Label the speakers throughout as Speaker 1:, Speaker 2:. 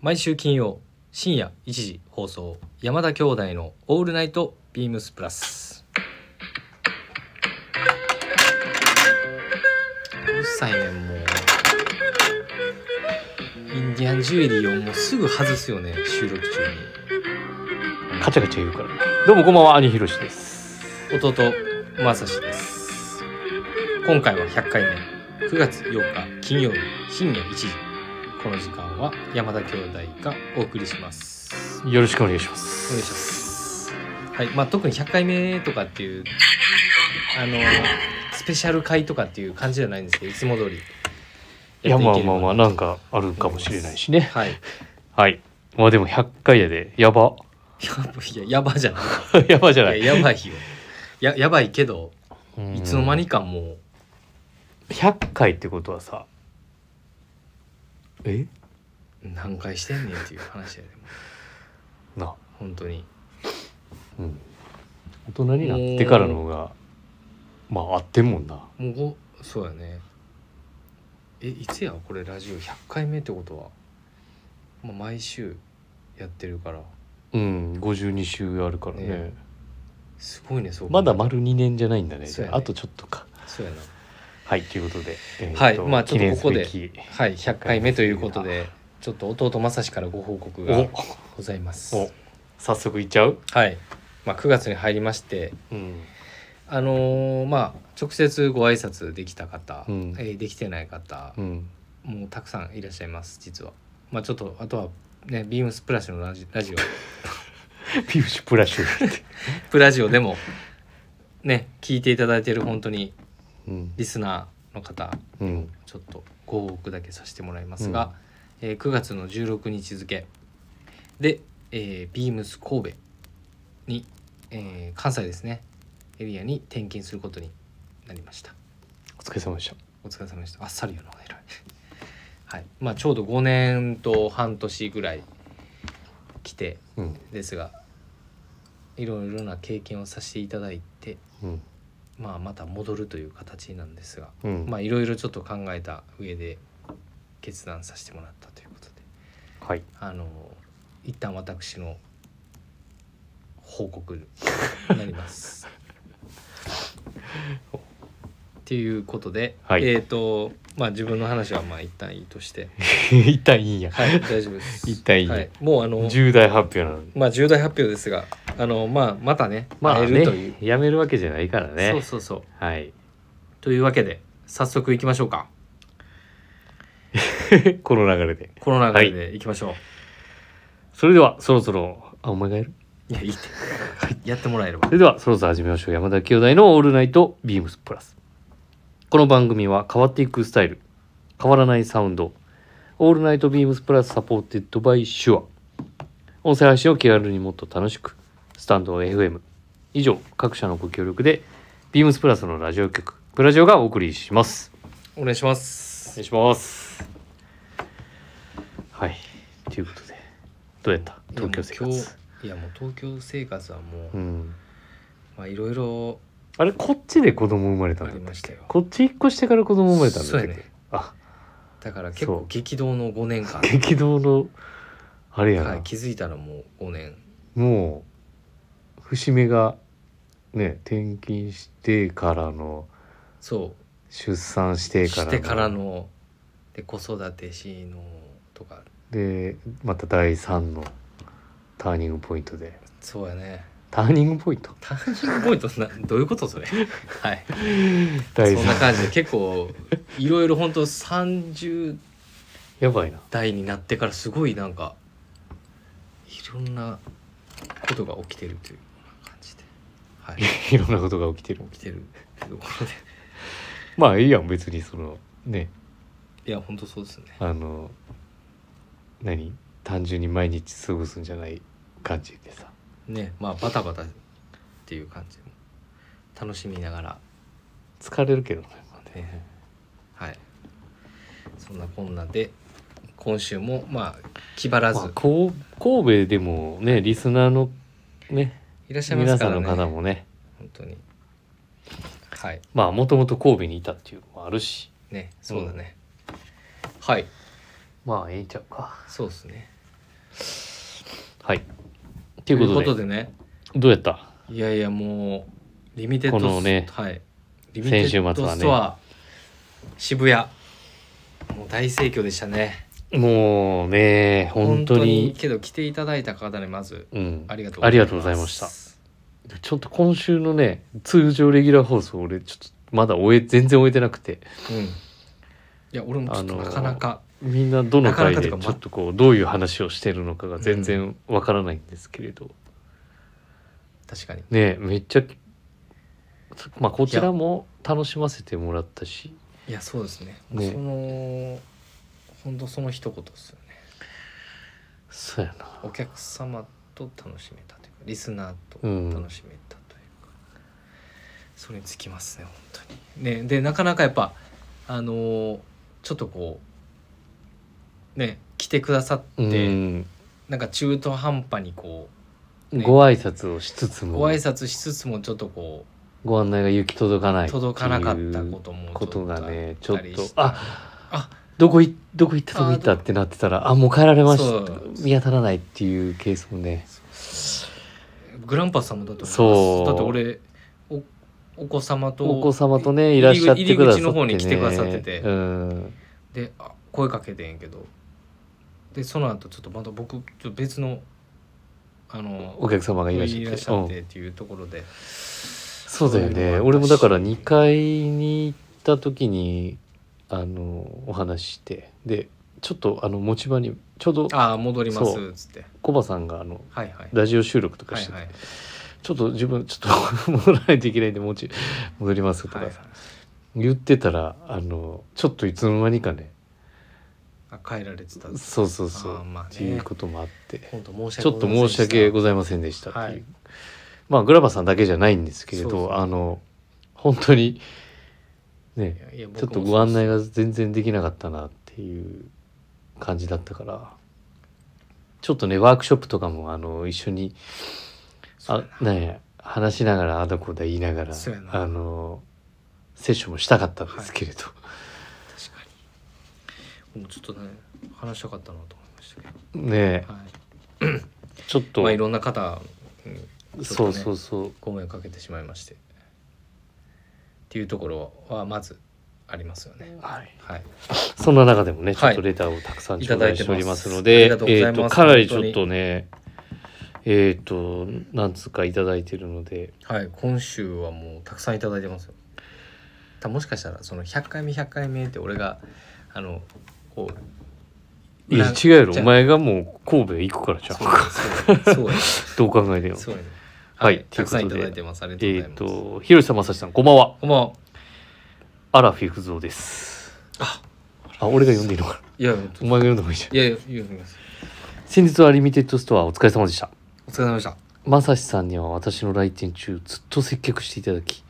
Speaker 1: 毎週金曜深夜1時放送山田兄弟の「オールナイトビームスプラス」うるさいねんもうインディアンジュエリーをもうすぐ外すよね収録中
Speaker 2: カチャカチャ言うからねどうもこんばんは兄ひろしです
Speaker 1: に弟まさしです今回は100回目9月8日金曜日深夜1時この時間は山田兄弟がお送りします
Speaker 2: よろしくお願いしま
Speaker 1: お
Speaker 2: す
Speaker 1: 願いします。はい、まあ、特に100回目とかっていう、あの、スペシャル回とかっていう感じじゃないんですけど、いつも通り。
Speaker 2: いやまあまあまあ
Speaker 1: な。
Speaker 2: なんかあるかもしれないしね
Speaker 1: はい。や
Speaker 2: はいまあでも100回やでやば
Speaker 1: ばいや、やばじゃない。
Speaker 2: やばじゃない
Speaker 1: い ややばいよ。や、やばいけど、
Speaker 2: うん
Speaker 1: いつの間にかもう、
Speaker 2: 100回ってことはさえ
Speaker 1: 何回してんねんっていう話やで、
Speaker 2: な、
Speaker 1: 本当に。
Speaker 2: うん、大人になってからの方がまああってんもんな
Speaker 1: もうご、そうやね。え、いつやこれラジオ100回目ってことは、まあ、毎週やってるから、
Speaker 2: うん52週あるからね
Speaker 1: ねすごいね、そう考
Speaker 2: ま
Speaker 1: えた
Speaker 2: だ
Speaker 1: ら
Speaker 2: 丸2年じゃないんだね
Speaker 1: そうやね
Speaker 2: あとちょっとか
Speaker 1: そうやな。
Speaker 2: はいということで、えー
Speaker 1: はい
Speaker 2: と
Speaker 1: まあちょっとここで
Speaker 2: 記念すべき
Speaker 1: はい、100回目ということで、ちょっと弟正志からご報告がございます
Speaker 2: お。お早速いっちゃう、
Speaker 1: はい、まあ、9月に入りまして、
Speaker 2: うん、
Speaker 1: あのーまあ、直接ご挨拶できた方、
Speaker 2: うん
Speaker 1: えーできてない方、
Speaker 2: うん、
Speaker 1: もうたくさんいらっしゃいます、実は。まあ、ちょっと、あとは、ね、ビームスプラッシュのラジラジオ、
Speaker 2: ピューシュプラッシュ、
Speaker 1: プラジオでも、ね、聞いていただいている本当に
Speaker 2: うん
Speaker 1: リスナーの方、
Speaker 2: うん、
Speaker 1: ちょっとご報告だけさせてもらいますが、えー9月の16日付で、えー、ビームス神戸に、えー関西ですねエリアに転勤することになりました
Speaker 2: お疲れ様でした
Speaker 1: お疲れ様でしたあっさりやな偉い はいまあちょうど5年と半年ぐらい来て
Speaker 2: うん
Speaker 1: ですがいろいろな経験をさせていただいて
Speaker 2: うん
Speaker 1: まあまた戻るという形なんですが
Speaker 2: うん
Speaker 1: まあいろいろちょっと考えた上で決断させてもらったということで
Speaker 2: はい
Speaker 1: あの一旦私の報告になります。っていうことで、
Speaker 2: はい
Speaker 1: えっ、とまあ自分の話はまあ一旦いいと して、
Speaker 2: 一旦いいんや、
Speaker 1: はい大丈夫です。
Speaker 2: 一旦いい
Speaker 1: はい、もうあの
Speaker 2: 重大発表なのに
Speaker 1: まあ重大発表ですが、あのまあまたね、
Speaker 2: まあ
Speaker 1: 会えるという
Speaker 2: ね、やめるわけじゃないからね
Speaker 1: そうそうそう
Speaker 2: はい
Speaker 1: というわけで早速いきましょうか。
Speaker 2: この流れで
Speaker 1: この流れでいきましょう。
Speaker 2: それではそろそろあお前がやる
Speaker 1: いや、いいって。やってもらえれば
Speaker 2: そ。れではそろそろ始めましょう山田兄弟の「オールナイトビームスプラス」この番組は変わっていくスタイル変わらないサウンド「オールナイトビームスプラス」サポーテッドバイシュア音声配信を気軽にもっと楽しくスタンド FM 以上各社のご協力でビームスプラスのラジオ局プラジオがお送りします
Speaker 1: お願いしま
Speaker 2: お
Speaker 1: す
Speaker 2: 願い。しますはいということでどうやった東
Speaker 1: いや
Speaker 2: 京生
Speaker 1: もう
Speaker 2: 活
Speaker 1: 今日いや、もう東京生活はもう、
Speaker 2: うん
Speaker 1: まあ、いろいろ
Speaker 2: あれこっちで子供生まれたん
Speaker 1: あ
Speaker 2: だっ
Speaker 1: り
Speaker 2: け
Speaker 1: ましたよ。
Speaker 2: こっち引っ越してから子供生まれたんだっけ
Speaker 1: そうやね
Speaker 2: あ
Speaker 1: だから結構
Speaker 2: そう
Speaker 1: 激動の5年間。
Speaker 2: 激動のあれやな、
Speaker 1: はい、気づいたらもう5年。
Speaker 2: もう節目がね転勤してからの
Speaker 1: そ
Speaker 2: 出産し
Speaker 1: う。
Speaker 2: てから
Speaker 1: し
Speaker 2: の
Speaker 1: てからの、で、子育てしのとか、
Speaker 2: でまた第3のターニングポイントで
Speaker 1: そうやね。
Speaker 2: ターニングポイント
Speaker 1: ターニングポイントな、どういうことそれ。はい。
Speaker 2: 第
Speaker 1: そんな
Speaker 2: 3
Speaker 1: 感じで結構、いろいろ本当30
Speaker 2: やばいな
Speaker 1: 代になってからすごいなんかいろんなことが起きてるという感じで、 はい、
Speaker 2: いろんなことが起きてる
Speaker 1: 起きてるところで
Speaker 2: まあいいやん別にそのね
Speaker 1: いや本当そうですね
Speaker 2: あの何単純に毎日過ごすんじゃない感じでさ
Speaker 1: ねまあバタバタっていう感じも楽しみながら、
Speaker 2: 疲れるけどねまあね
Speaker 1: ね、はいそんなこんなで今週もまあ気張らず
Speaker 2: まあ、こう神戸でもねリスナーのね
Speaker 1: いらっしゃいま
Speaker 2: 皆
Speaker 1: すか
Speaker 2: さ
Speaker 1: ら
Speaker 2: んの
Speaker 1: ね
Speaker 2: 方もね
Speaker 1: 本当にはい
Speaker 2: まあもともと神戸にいたっていうのもあるし
Speaker 1: ねそうだね、はい
Speaker 2: まあええんちゃうか
Speaker 1: そうですね
Speaker 2: はいということで
Speaker 1: でね
Speaker 2: どうやった
Speaker 1: いやいやもうリミテッドス
Speaker 2: このね
Speaker 1: はい、リミテ
Speaker 2: 先週末はね
Speaker 1: ッドストア、渋谷もう大盛況でしたね
Speaker 2: もうね本当に
Speaker 1: けど来ていただいた方にまず
Speaker 2: うん
Speaker 1: ありがとう
Speaker 2: ありがとうございましたちょっと今週のね通常レギュラー放送俺ちょっとまだ終え全然終えてなくて
Speaker 1: うんいや俺もちょっと
Speaker 2: あのー
Speaker 1: なかなか、
Speaker 2: みんなどの回で
Speaker 1: なかなかというかま
Speaker 2: ちょっとこうどういう話をしてるのかが全然わからないんですけれど、
Speaker 1: 確かに
Speaker 2: ねめっちゃまあこちらも楽しませてもらったし
Speaker 1: いやそうですね
Speaker 2: ね
Speaker 1: その本当その一言ですよね
Speaker 2: そうやな
Speaker 1: お客様と楽しめたというかリスナーと
Speaker 2: うん
Speaker 1: 楽しめたというか、それにつきますね本当に。ねでなかなかやっぱあのーちょっとこうね来てくださって、
Speaker 2: うん
Speaker 1: なんか中途半端にこね
Speaker 2: ご挨拶をしつつ
Speaker 1: う
Speaker 2: も
Speaker 1: ご挨拶しつつもちょっとこ
Speaker 2: ご案内が行き届かな
Speaker 1: う
Speaker 2: い
Speaker 1: 届かなかったこととも
Speaker 2: いうことがねち
Speaker 1: ちょ
Speaker 2: ょ
Speaker 1: っ
Speaker 2: っ
Speaker 1: とあった
Speaker 2: と
Speaker 1: りして
Speaker 2: あ
Speaker 1: あ
Speaker 2: どこいどこ行ったどこ行った
Speaker 1: あ
Speaker 2: ってなってたらあもう帰られまし
Speaker 1: そ
Speaker 2: た
Speaker 1: う
Speaker 2: 見当たらないっていうケースもね
Speaker 1: グランパスさんもだと思います
Speaker 2: そう
Speaker 1: だって俺おお子様と
Speaker 2: お子様とねいらっしゃってくださっ
Speaker 1: 入り口の
Speaker 2: て、ね、
Speaker 1: 方に来てくださってて
Speaker 2: うん
Speaker 1: であ声かけてんやけどでその後ちょっとまた僕ちょっと別のあの
Speaker 2: お客様がいらっし
Speaker 1: い
Speaker 2: ゃ
Speaker 1: ら
Speaker 2: って
Speaker 1: っしゃっ
Speaker 2: うん
Speaker 1: てっていうところで、
Speaker 2: そうだ
Speaker 1: そう
Speaker 2: よ
Speaker 1: いうのもあった
Speaker 2: ね
Speaker 1: し
Speaker 2: 俺もだから2階に行った時にあのお話ししてでちょっとあの持ち場にちょうど
Speaker 1: ああ戻りま
Speaker 2: そ
Speaker 1: すっつって
Speaker 2: コバさんがあの
Speaker 1: はいはい
Speaker 2: ラジオ収録とか
Speaker 1: は
Speaker 2: し
Speaker 1: い
Speaker 2: てて、
Speaker 1: はい
Speaker 2: ちょっと自分ちょっと 戻らないといけないんで持ち戻りますとかさ、
Speaker 1: はい
Speaker 2: 言ってたらあのちょっといつの間にかね
Speaker 1: あ帰られてた
Speaker 2: そうそうそ
Speaker 1: あー
Speaker 2: う、
Speaker 1: まあね
Speaker 2: っていうこともあって
Speaker 1: 本当申し
Speaker 2: ちょっと
Speaker 1: 訳ございませんで
Speaker 2: 申
Speaker 1: し
Speaker 2: した訳ございませんでしたっていう、
Speaker 1: はい
Speaker 2: まあグラバさんだけじゃないんですけれど
Speaker 1: そうそう
Speaker 2: あの本当にね
Speaker 1: いや
Speaker 2: ちょっとご案内
Speaker 1: が
Speaker 2: が全然できなかったなっていう感じだったからちょっとねワークショップとかもあの一緒にあね話しながらあだこうだ言いながら
Speaker 1: そうやな
Speaker 2: あのセッションもしたかったんですけれど、
Speaker 1: 確かにもうちょっとね話したかったなと思いましたけど、
Speaker 2: ね
Speaker 1: は
Speaker 2: ちょっ
Speaker 1: い、
Speaker 2: と、
Speaker 1: まあいろんな方にちょっとね
Speaker 2: そうそうそう
Speaker 1: ご迷惑かけてしまいましてっていうところはまずありますよね
Speaker 2: はい
Speaker 1: はい
Speaker 2: そんな中でもね、ちょ
Speaker 1: は
Speaker 2: っ
Speaker 1: い
Speaker 2: とレターをたくさん
Speaker 1: い
Speaker 2: 頂
Speaker 1: ただいてます
Speaker 2: 戴しておりますので、
Speaker 1: ありがとうございます
Speaker 2: えーとかなりちょっとね、えっ、と、なんつうかいただいてるので、
Speaker 1: はい、今週はもうたくさんいただいてますよ。たもしかしたらその100回目100回目って俺があのこう
Speaker 2: いや、
Speaker 1: な
Speaker 2: 違うやろ、
Speaker 1: じゃ
Speaker 2: お
Speaker 1: あ
Speaker 2: 前がもう神戸行くからじゃん
Speaker 1: そ。うだ そうだ
Speaker 2: どう考えてよ。
Speaker 1: そうだそうだね
Speaker 2: はい
Speaker 1: たくさんいた
Speaker 2: ということで
Speaker 1: だいてます。ありがとうござい
Speaker 2: えっ、
Speaker 1: ます。
Speaker 2: と、ひろしさん、まさしさん、こんばんは。
Speaker 1: こんばんは
Speaker 2: アラフィフゾウです。あ、俺が読んでいいのかな。
Speaker 1: いや
Speaker 2: お前が読んだ方がいいじゃん。
Speaker 1: いやいやいやいや
Speaker 2: 先日はリミテッドストアお疲れ様でした。
Speaker 1: お疲れ様でした。
Speaker 2: まさしさんには私の来店中ずっと接客していただき、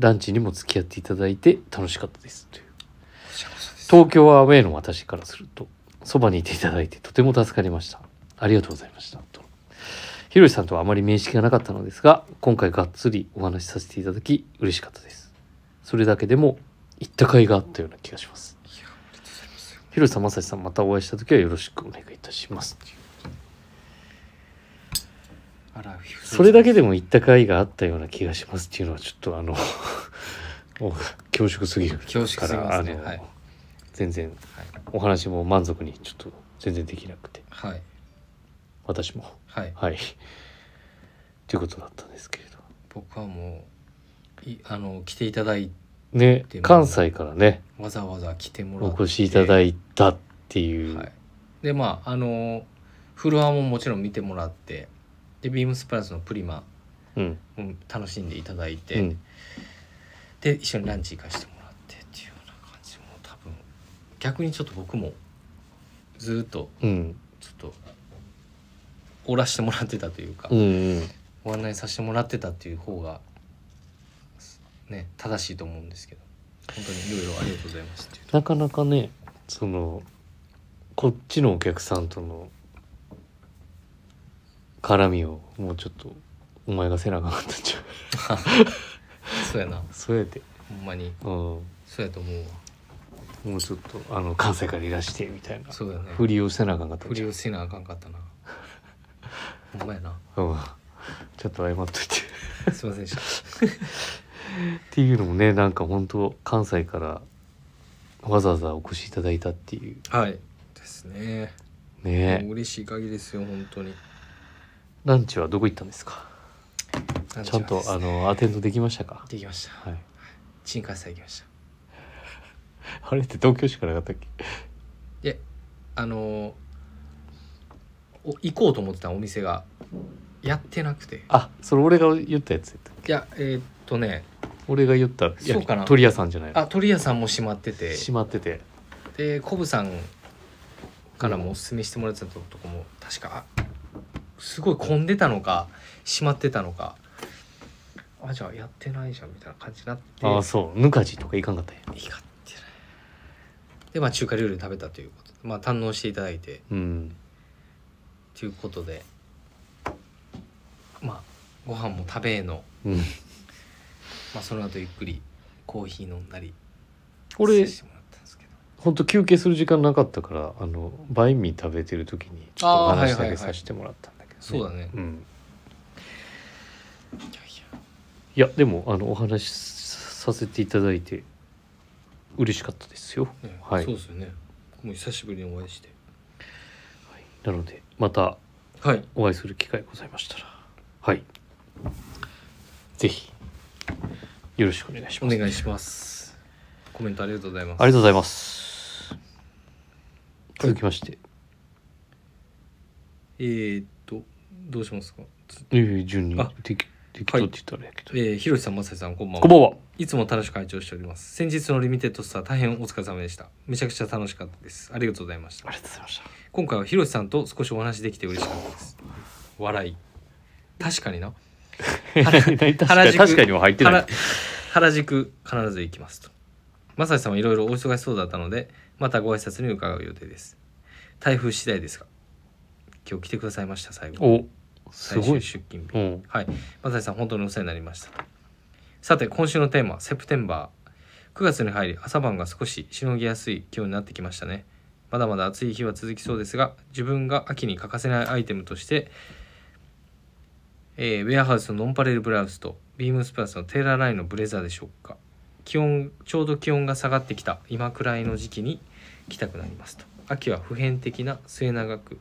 Speaker 2: ランチにも付き合っていただいて楽しかったです。という東京はアウェイの私からするとそばにいていただいてとても助かりましたありがとうございましたとひろしさんとはあまり面識がなかったのですが今回がっつりお話しさせていただき嬉しかったですそれだけでも行った甲斐があったような気がしますひろしさんまさしさんまたお会いした時はよろしくお願いいたしますというそれだけで
Speaker 1: も
Speaker 2: も行った甲斐があったような気がしますっていうのはちょっと あのお恐縮すぎる
Speaker 1: 恐縮すぎますね
Speaker 2: からあの、
Speaker 1: はい
Speaker 2: 全然お話も満足にちょっと全然できなくて
Speaker 1: はい
Speaker 2: 私も
Speaker 1: はい
Speaker 2: はいということだったんですけれど
Speaker 1: 僕はもういあの来ていただい
Speaker 2: ね
Speaker 1: でも
Speaker 2: 関西からね
Speaker 1: わざわざ来てもら
Speaker 2: お
Speaker 1: って
Speaker 2: 越しいただいたっていう、
Speaker 1: はい、でまああのフロアももちろん見てもらってでビームスプラスのプリマ
Speaker 2: うん
Speaker 1: も楽しんでいただいて、
Speaker 2: うん
Speaker 1: で一緒にランチ行かしてもらってっていうような感じも多分逆にちょっと僕もずーっと
Speaker 2: うん
Speaker 1: ちょっとおらしてもらってたというか、
Speaker 2: うんうん
Speaker 1: ご案内させてもらってたっていう方がね正しいと思うんですけど本当にいろいろありがとうございますっていうと
Speaker 2: なかなかねそのこっちのお客さんとの絡みをもうちょっとお前がせなあかんかったんちゃう
Speaker 1: そうやな
Speaker 2: そうやって
Speaker 1: ほんまに
Speaker 2: うんも
Speaker 1: そうやと思うわ
Speaker 2: うちょっとあの関西からいらしてみたいな
Speaker 1: そうやね
Speaker 2: ふりをせなあかんかったん
Speaker 1: 振
Speaker 2: ちゃ
Speaker 1: り
Speaker 2: う
Speaker 1: をせなあかんかったなほんまやな
Speaker 2: うんちょっと謝っといて
Speaker 1: すいませんでした
Speaker 2: っていうのもねなんか本当関西からわざわざお越しいただいたっていう
Speaker 1: はいですねも
Speaker 2: ね
Speaker 1: う嬉しい限りですよ本当に
Speaker 2: ランチはどこ行ったんですか
Speaker 1: なん
Speaker 2: ちゃんとあのアテンドできましたか、
Speaker 1: できました
Speaker 2: はい、
Speaker 1: 新幹線行きました
Speaker 2: あれって東京しかなかったっけ
Speaker 1: であのお行こうと思ってたお店がやってなくて
Speaker 2: あそれ俺が言ったやつやった
Speaker 1: いやえーっとね
Speaker 2: 俺が言った焼
Speaker 1: そう
Speaker 2: き
Speaker 1: かな
Speaker 2: 鳥屋さんじゃないの
Speaker 1: あ鳥屋さんも閉まってて
Speaker 2: 閉まってて
Speaker 1: でコブさんからもおすすめしてもらってたとこも確かあすごい混んでたのか閉まってたのかあじゃあやってないじゃんみたいな感じになって
Speaker 2: ああそうぬかじとか行かんかったんや
Speaker 1: いいかってないでまあ中華料理を食べたということでまあ堪能していただいて
Speaker 2: うん
Speaker 1: ということでまあご飯も食べえの、
Speaker 2: うん
Speaker 1: まあ、その後ゆっくりコーヒー飲んだり
Speaker 2: 俺
Speaker 1: させてもらったんですけど
Speaker 2: 本当休憩する時間なかったからあのバインミー食べてる時にちょっとお
Speaker 1: あーはい
Speaker 2: 話
Speaker 1: はいは
Speaker 2: だけ
Speaker 1: い
Speaker 2: させてもらったんだけど、
Speaker 1: そうだね
Speaker 2: うん、
Speaker 1: いやいや
Speaker 2: いやでもあのお話しさせていただいて嬉しかったですよ
Speaker 1: ね
Speaker 2: はい
Speaker 1: そうですよねもう久しぶりにお会いして
Speaker 2: なのでまた
Speaker 1: はい
Speaker 2: お会いする機会ございましたらはいぜひよろしくお願いし
Speaker 1: お
Speaker 2: ます
Speaker 1: 願いしますコメントありがとうございます
Speaker 2: ありがとうございます続きまして
Speaker 1: えー、っとどうしますかつ
Speaker 2: えー、順に
Speaker 1: あ
Speaker 2: 適適当って言ったらやけど、
Speaker 1: えー、ひろしさんまさしさんこんばんは
Speaker 2: こんばんはい
Speaker 1: つも楽しく会長しております先日のリミテッドスター大変お疲れ様でしためちゃくちゃ楽しかったですありがとうございました
Speaker 2: ありがとうございました
Speaker 1: 今回はひろしさんと少しお話できて嬉しかったです笑い確かにな
Speaker 2: 確かに
Speaker 1: 原宿
Speaker 2: 確かにも入ってない
Speaker 1: 原原宿必ず行きますとまさしさんはいろいろお忙しそうだったのでまたご挨拶に伺う予定です台風次第ですが今日来てくださいました最後
Speaker 2: おす
Speaker 1: 最
Speaker 2: ご
Speaker 1: 終
Speaker 2: い
Speaker 1: 出勤日
Speaker 2: うん
Speaker 1: はいまさしさん本当にお世話になりましたさて今週のテーマセプテンバー9月に入り朝晩が少ししのぎやすい今日になってきましたねまだまだ暑い日は続きそうですが自分が秋に欠かせないアイテムとしてえーウェアハウスのノンパレルブラウスとビームスプラスのテーラーラインのブレザーでしょうか気温ちょうど気温が下がってきた今くらいの時期に着たくなりますと秋は普遍的な末永く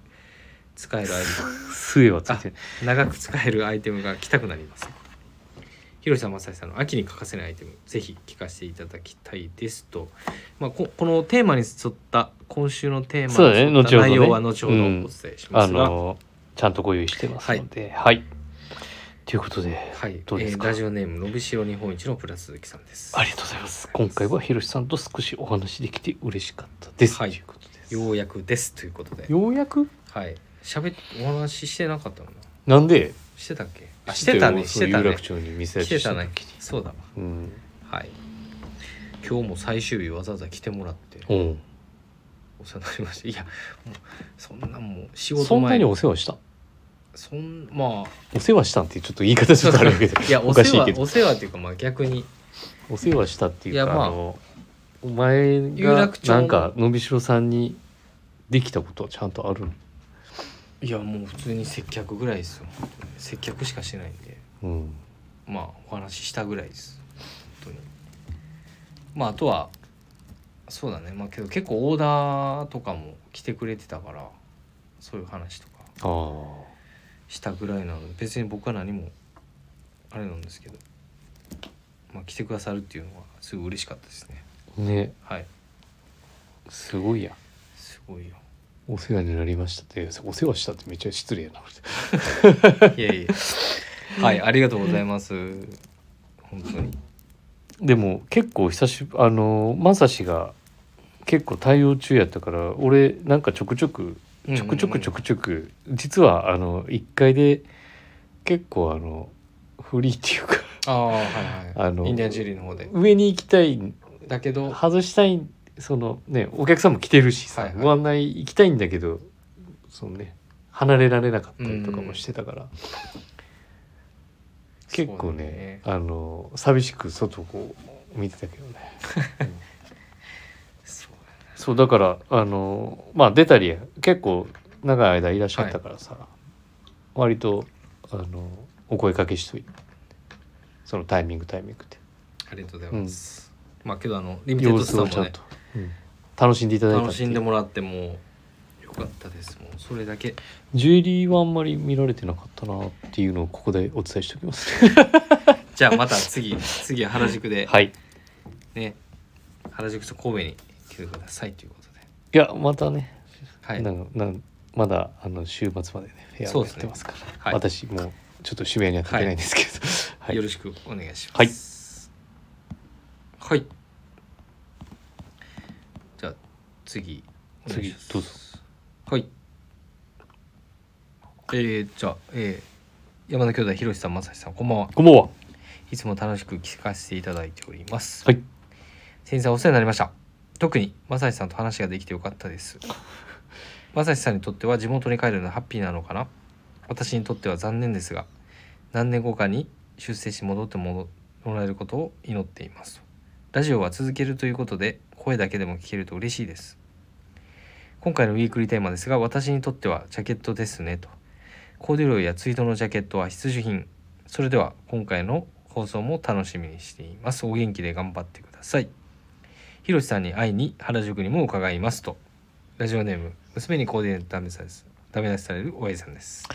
Speaker 1: 使えるアイテム
Speaker 2: 末はついてない
Speaker 1: 長く使えるアイテムが来たくなりますひろしさんまさしさんの秋に欠かせないアイテムぜひ聞かせていただきたいですと、まあ、ここのテーマに沿った今週のテー
Speaker 2: そう
Speaker 1: マ
Speaker 2: だね
Speaker 1: に沿った
Speaker 2: 後ほどね
Speaker 1: 内容は後ほどお
Speaker 2: うん
Speaker 1: 伝えしま
Speaker 2: あ
Speaker 1: すが、
Speaker 2: のちゃんとご用意してますのではい、ということで
Speaker 1: はい
Speaker 2: どうですか
Speaker 1: えーラジオネームのびしろ日本一のプラス鈴木さんです
Speaker 2: ありがとうございます今回はひろしさんと少しお話できて嬉しかったです、
Speaker 1: はい
Speaker 2: ということです
Speaker 1: ようやくですということで
Speaker 2: ようやく
Speaker 1: はい喋っお話ししてなかったのかな
Speaker 2: なんで
Speaker 1: してたっけあしてたねしてた
Speaker 2: 有
Speaker 1: ね
Speaker 2: 楽町に店や
Speaker 1: してたね
Speaker 2: 時に
Speaker 1: そうだわ
Speaker 2: うん、
Speaker 1: はい今日も最終日わざわざ来てもらって
Speaker 2: うん、
Speaker 1: お世話になりましたいやもうそんなもう仕
Speaker 2: そ
Speaker 1: 事
Speaker 2: んな
Speaker 1: 前
Speaker 2: に
Speaker 1: に
Speaker 2: お世話した
Speaker 1: そんまあ
Speaker 2: お世話したんってちょっと言い方ちょっとあれだけど
Speaker 1: いや
Speaker 2: お
Speaker 1: お
Speaker 2: か
Speaker 1: 世
Speaker 2: しいけ
Speaker 1: 話
Speaker 2: ど
Speaker 1: お世話っていうかまあ逆に
Speaker 2: お世話したっていうか
Speaker 1: いやまあ
Speaker 2: あのお前
Speaker 1: 有
Speaker 2: が
Speaker 1: 楽町の
Speaker 2: なんかのびしろさんにできたことはちゃんとあるの
Speaker 1: いやもう普通に接客ぐらいですよ本当に接客しかしてないんで
Speaker 2: うん
Speaker 1: まあお話ししたぐらいです本当にまああとはそうだねまあけど結構オーダーとかも来てくれてたからそういう話とか
Speaker 2: ああ
Speaker 1: したぐらいなので別に僕は何もあれなんですけどまあ来てくださるっていうのはすごい嬉しかったですね
Speaker 2: ね
Speaker 1: はい
Speaker 2: すごいやん
Speaker 1: すごいよ
Speaker 2: お世話になりましたってお世話したってめっちゃ失礼やな
Speaker 1: いやい や。はい、ありがとうございます。本当に。
Speaker 2: でも結構久しぶりあのまさしが結構対応中やったから俺なんかちょくちょくちょくちょくちょ
Speaker 1: く。
Speaker 2: くちょく、実はあの1階で結構あのフリーっていうか
Speaker 1: ああ、はいはい。
Speaker 2: あの
Speaker 1: インディアンジェリーの方で。
Speaker 2: 上に行きたい
Speaker 1: だけど、
Speaker 2: 外したいそのねお客さんも来てるしさ、
Speaker 1: はいはい
Speaker 2: ご案内行きたいんだけどそのね離れられなかったりとかもしてたから、結構ね
Speaker 1: そうだね
Speaker 2: あの寂しく外をこう見てたけどね
Speaker 1: そうだね
Speaker 2: そうだからあのまあ出たり結構長い間いらっしゃったからさ、割とあのお声かけしといてそのタイミングタイミングって
Speaker 1: ありがとうございます、まあけどあのリミテッ
Speaker 2: 様
Speaker 1: ド
Speaker 2: 子
Speaker 1: さん
Speaker 2: をちゃ
Speaker 1: も
Speaker 2: ん
Speaker 1: ね
Speaker 2: と、うん楽しんでいただいた
Speaker 1: 楽
Speaker 2: って
Speaker 1: し
Speaker 2: い
Speaker 1: んで
Speaker 2: う
Speaker 1: もらってもうよかったですもうそれだけ
Speaker 2: ジュエリーはあんまり見られてなかったなっていうのをここでお伝えしておきます、ね、
Speaker 1: じゃあまた次次は原宿で、
Speaker 2: はいい
Speaker 1: ね原宿と神戸に来てくださいということで
Speaker 2: やまたね
Speaker 1: はい
Speaker 2: なんかなんまだあの週末までねフェア
Speaker 1: そ
Speaker 2: を
Speaker 1: うで
Speaker 2: やっ
Speaker 1: すね
Speaker 2: てますから
Speaker 1: はい
Speaker 2: 私もうちょっと渋谷には立てないんですけど、はい
Speaker 1: よろしくお願いします。はい。じゃあ次お願いします
Speaker 2: 次どうぞ。
Speaker 1: はい。えー、じゃあ、えー、山田兄弟ひろしさんまさしさんこんばんは。
Speaker 2: こんばんは。
Speaker 1: いつも楽しく聞かせていただいております。
Speaker 2: はい。
Speaker 1: 先生お世話になりました。特にまさしさんと話ができてよかったです。まさしさんにとっては地元に帰るのはハッピーなのかな私にとっては残念ですが、何年後かに出世し戻ってもらえることを祈っています。ラジオは続けるということで、声だけでも聞けると嬉しいです。今回のウィークリーテーマですが、私にとってはジャケットですねと。コーデュロイやツイートのジャケットは必需品。それでは今回の放送も楽しみにしています。お元気で頑張ってください。ひろしさんに会いに原宿にも伺いますと。ラジオネーム、娘にコーディネートダメさです。ダメ出しされるおやじさんです。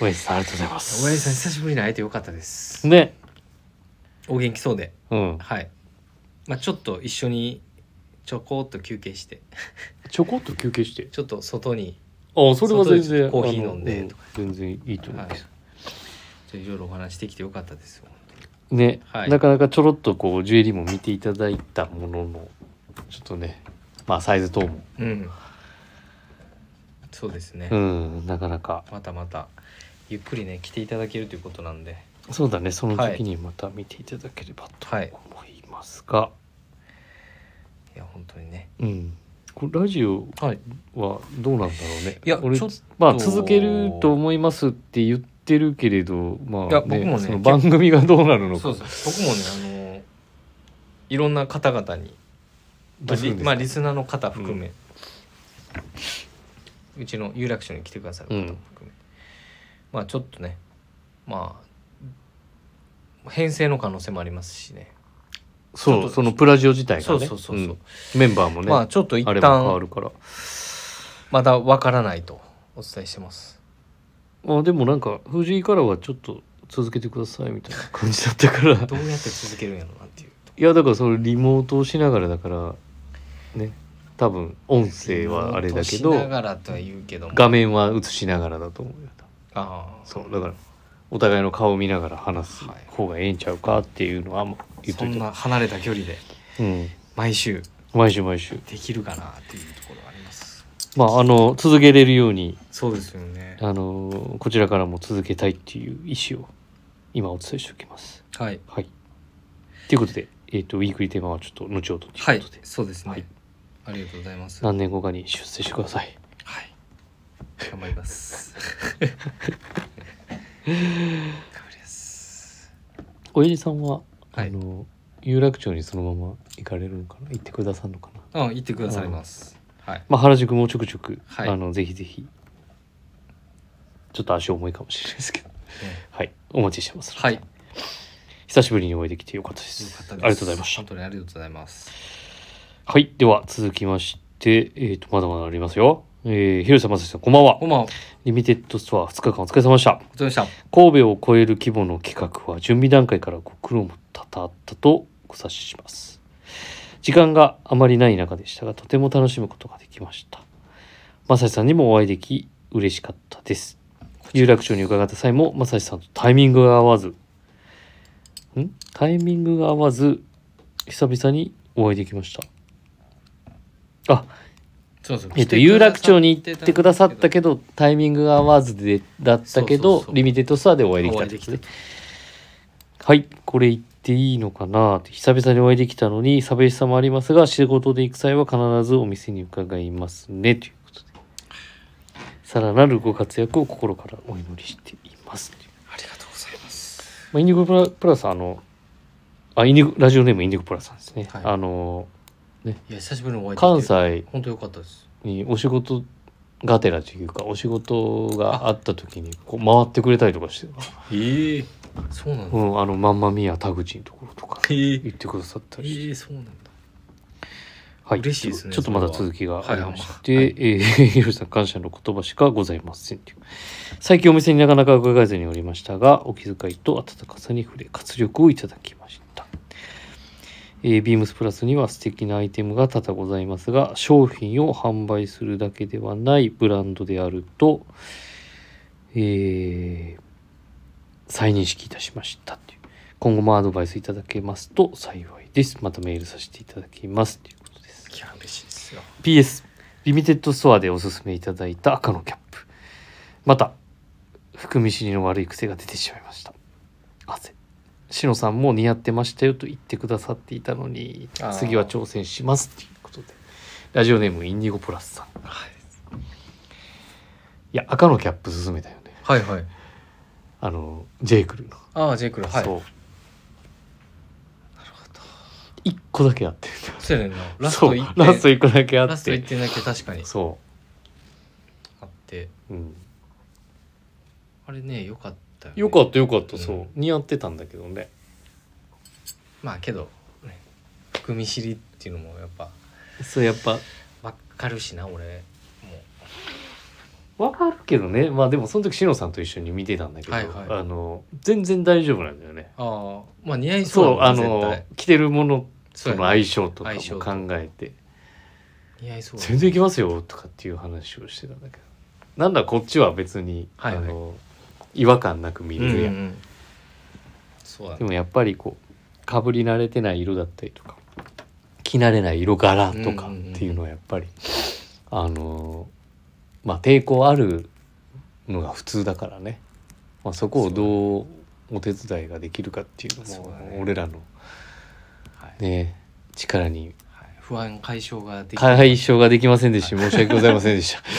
Speaker 2: おやじさんありがとうございます。
Speaker 1: おやじさん久しぶりに会えてよかったです。
Speaker 2: ね。
Speaker 1: お元気そうで。
Speaker 2: うん。
Speaker 1: はい。まあちょっと一緒にちょこっと休憩して、
Speaker 2: ちょこっと休憩して。
Speaker 1: ちょっと外に
Speaker 2: あ、それは全然。
Speaker 1: コーヒー飲んでと
Speaker 2: あのうん全然いいと思います。
Speaker 1: ちょいろいろお話してきてよかったですよ。
Speaker 2: ね、
Speaker 1: はい
Speaker 2: なかなかちょろっとこうジュエリーも見ていただいたものの、ちょっとね、まあサイズ等も、
Speaker 1: うん。そうですね。
Speaker 2: うん、なかなか。
Speaker 1: またまたゆっくりね来ていただけるということなんで
Speaker 2: そうだね、その
Speaker 1: はい
Speaker 2: 時にまた見ていただければと
Speaker 1: はい
Speaker 2: 思いますが、
Speaker 1: いや本当にね
Speaker 2: うん。これラジオ
Speaker 1: はい
Speaker 2: はどうなんだろうね。
Speaker 1: いや
Speaker 2: 俺
Speaker 1: ちょっと
Speaker 2: まあ続けると思いますって言ってるけれど、まあ、ね、
Speaker 1: いや僕もね
Speaker 2: その番組がどうなるのか。
Speaker 1: そうそう僕もねあのいろんな方々に、ま
Speaker 2: ど
Speaker 1: あ
Speaker 2: うする
Speaker 1: リ
Speaker 2: んです
Speaker 1: ま
Speaker 2: か
Speaker 1: あ、リスナーの方含め、うちの有楽町に来てくださる方も含め、まあちょっとねまあ編成の可能性もありますしねち
Speaker 2: そ
Speaker 1: ょっ
Speaker 2: う
Speaker 1: と
Speaker 2: そのプラジオ自体がね
Speaker 1: そうそうそうそう、
Speaker 2: んメンバーもね、
Speaker 1: まあちょっと一
Speaker 2: あれも変わ
Speaker 1: 旦
Speaker 2: るから
Speaker 1: まだわからないとお伝えしてます
Speaker 2: まあでもなんか藤井からはちょっと続けてくださいみたいな感じだったから い
Speaker 1: どうやって続けるんやろうなっていう
Speaker 2: やだからそれリモートをしながらだからね多分音声はあれだけ
Speaker 1: リモートしな
Speaker 2: ど
Speaker 1: がらとは言うけども
Speaker 2: 画面は映しながらだと思うよ
Speaker 1: ああ
Speaker 2: そうだからお互いの顔を見ながら話す方がええんちゃうかっていうのはまあ言っ
Speaker 1: そ
Speaker 2: とい
Speaker 1: ん
Speaker 2: て
Speaker 1: な離れた距離で
Speaker 2: うん
Speaker 1: 毎週
Speaker 2: 毎週毎週
Speaker 1: できるかなっていうところがあります
Speaker 2: まああの続けれるように
Speaker 1: そうですよね
Speaker 2: あのこちらからも続けたいっていう意思を今お伝えしておきます。
Speaker 1: はい
Speaker 2: はい。ということで、えっ、と、ウィークリーテーマはちょっと後ほどというこ
Speaker 1: は
Speaker 2: とで、
Speaker 1: いそうですね、
Speaker 2: はい
Speaker 1: ありがとうございますはい
Speaker 2: 何年後かに出世してください。
Speaker 1: 頑張ります頑張ります
Speaker 2: おやじさんは、
Speaker 1: はい
Speaker 2: あの、有楽町にそのまま行かれるのかな行ってくださるのかな
Speaker 1: あ言ってくださいますはい
Speaker 2: まあ、原宿もちょくちょく、
Speaker 1: はい
Speaker 2: あの、ぜひぜひ、ちょっと足重いかもしれないですけど、はい。お待ちしてます。
Speaker 1: はい。よか
Speaker 2: 久しぶりにお会いできてよかったです。
Speaker 1: ったです
Speaker 2: ありがとうございました
Speaker 1: 本。当にありがとうございます
Speaker 2: はい。では、続きまして、えっ、と、まだまだありますよ。えー、広瀬正史さん、こんばんは
Speaker 1: こ。んばんは
Speaker 2: リミテッドストア2日間お疲れ様でした。
Speaker 1: お疲れ様でした
Speaker 2: 神戸を超える規模の企画は準備段階からご苦労も多々あったとお察しします。時間があまりない中でしたが、とても楽しむことができました。まさしさんにもお会いでき、嬉しかったです。有楽町に伺った際も、まさしさんとタイミングが合わず、んタイミングが合わず、久々にお会いできました。あ、
Speaker 1: そうそう
Speaker 2: えっと、有楽町に行ってくださったけどタイミングが合わずでだったけ
Speaker 1: そう
Speaker 2: ど
Speaker 1: そうそう
Speaker 2: リミテッドストアでお会いでき
Speaker 1: お会
Speaker 2: たっ
Speaker 1: い
Speaker 2: て
Speaker 1: でき
Speaker 2: こ
Speaker 1: た
Speaker 2: とねはいこれ言っていいのかなって久々にお会いできたのに寂しさもありますが仕事で行く際は必ずお店に伺いますねということでさらなるご活躍を心からお祈りしています
Speaker 1: ありがとうございます
Speaker 2: まあ、インディゴプラプラスあのあインディゴラジオネームインディゴプラスさんですね、
Speaker 1: はい
Speaker 2: あの
Speaker 1: いや久しぶりにお会いできて
Speaker 2: 関西
Speaker 1: 本当よかったです
Speaker 2: にお仕事がてらというかお仕事があった時にこう回ってくれたりとかして、
Speaker 1: ええそうなん
Speaker 2: う
Speaker 1: だ、
Speaker 2: ん、あのマンマミア田口のところとか
Speaker 1: えー、え
Speaker 2: 行ってくださったりして、
Speaker 1: ー、そうなんだ
Speaker 2: はい、
Speaker 1: 嬉しいですね
Speaker 2: ちょっとちょっとまだ
Speaker 1: それは
Speaker 2: 続きがありまして、
Speaker 1: はいはい
Speaker 2: えーひろしさん感謝の言葉しかございませんという最近お店になかなか伺えずにおりましたがお気遣いと温かさに触れ活力をいただきました、えー、ビームスプラスには素敵なアイテムが多々ございますが商品を販売するだけではないブランドであると、えー再認識いたしましたという今後もアドバイスいただけますと幸いですまたメールさせていただきますということです
Speaker 1: いや嬉しいですよ
Speaker 2: PS リミテッドストアでおすすめいただいた赤のキャップまた含み知りの悪い癖が出てしまいました汗しのさんも似合ってましたよと言ってくださっていたのに
Speaker 1: あー
Speaker 2: 次は挑戦しますということでラジオネームインディゴプラスさんいや赤のキャップ勧めたよね
Speaker 1: はいはい
Speaker 2: あのジェイクルの、
Speaker 1: ああジェイクルはい
Speaker 2: そう
Speaker 1: なるほど
Speaker 2: 1個だけあって
Speaker 1: そうやねんなラス
Speaker 2: そ
Speaker 1: ト
Speaker 2: う
Speaker 1: 1点
Speaker 2: ラスト1個だけあ
Speaker 1: ラ
Speaker 2: っ
Speaker 1: スト1
Speaker 2: て
Speaker 1: 点だけ確かに
Speaker 2: そ
Speaker 1: あって
Speaker 2: う、うん、
Speaker 1: あれねよかったよ,、ね、
Speaker 2: よかったよかったそう、
Speaker 1: うん
Speaker 2: 似合ってたんだけどね
Speaker 1: まあけど、ね、含み知りっていうのもやっぱ
Speaker 2: そうやっぱ
Speaker 1: わかるしな俺も
Speaker 2: わかるけどねまあでもその時しのさんと一緒に見てたんだけど、
Speaker 1: はいはい
Speaker 2: あの全然大丈夫なんだよね
Speaker 1: うああまあ似合い
Speaker 2: そう
Speaker 1: そう
Speaker 2: あ
Speaker 1: だもん絶
Speaker 2: の
Speaker 1: 対
Speaker 2: 着てるものと
Speaker 1: そう
Speaker 2: の
Speaker 1: やね
Speaker 2: 相性とか
Speaker 1: 相性
Speaker 2: も
Speaker 1: と
Speaker 2: 考えて
Speaker 1: 似合いそうだ
Speaker 2: 全然いきますよとかっていう話をしてたんだけどなんだこっちは別に、
Speaker 1: はいはい
Speaker 2: あの違和感なく見
Speaker 1: うん
Speaker 2: れる
Speaker 1: う
Speaker 2: やん、
Speaker 1: んうんそうだ
Speaker 2: で
Speaker 1: ね
Speaker 2: もやっぱりこうかぶり慣れてない色だったりとか着慣れない色柄とかっていうのはやっぱり、あのまあ抵抗あるのが普通だからね、まあ、そこをどうお手伝いができるかっていうの
Speaker 1: そうだね
Speaker 2: も俺らの
Speaker 1: はい
Speaker 2: ね力に
Speaker 1: はい不安解消ができる
Speaker 2: 解消ができませんでした申し訳ございませんでした。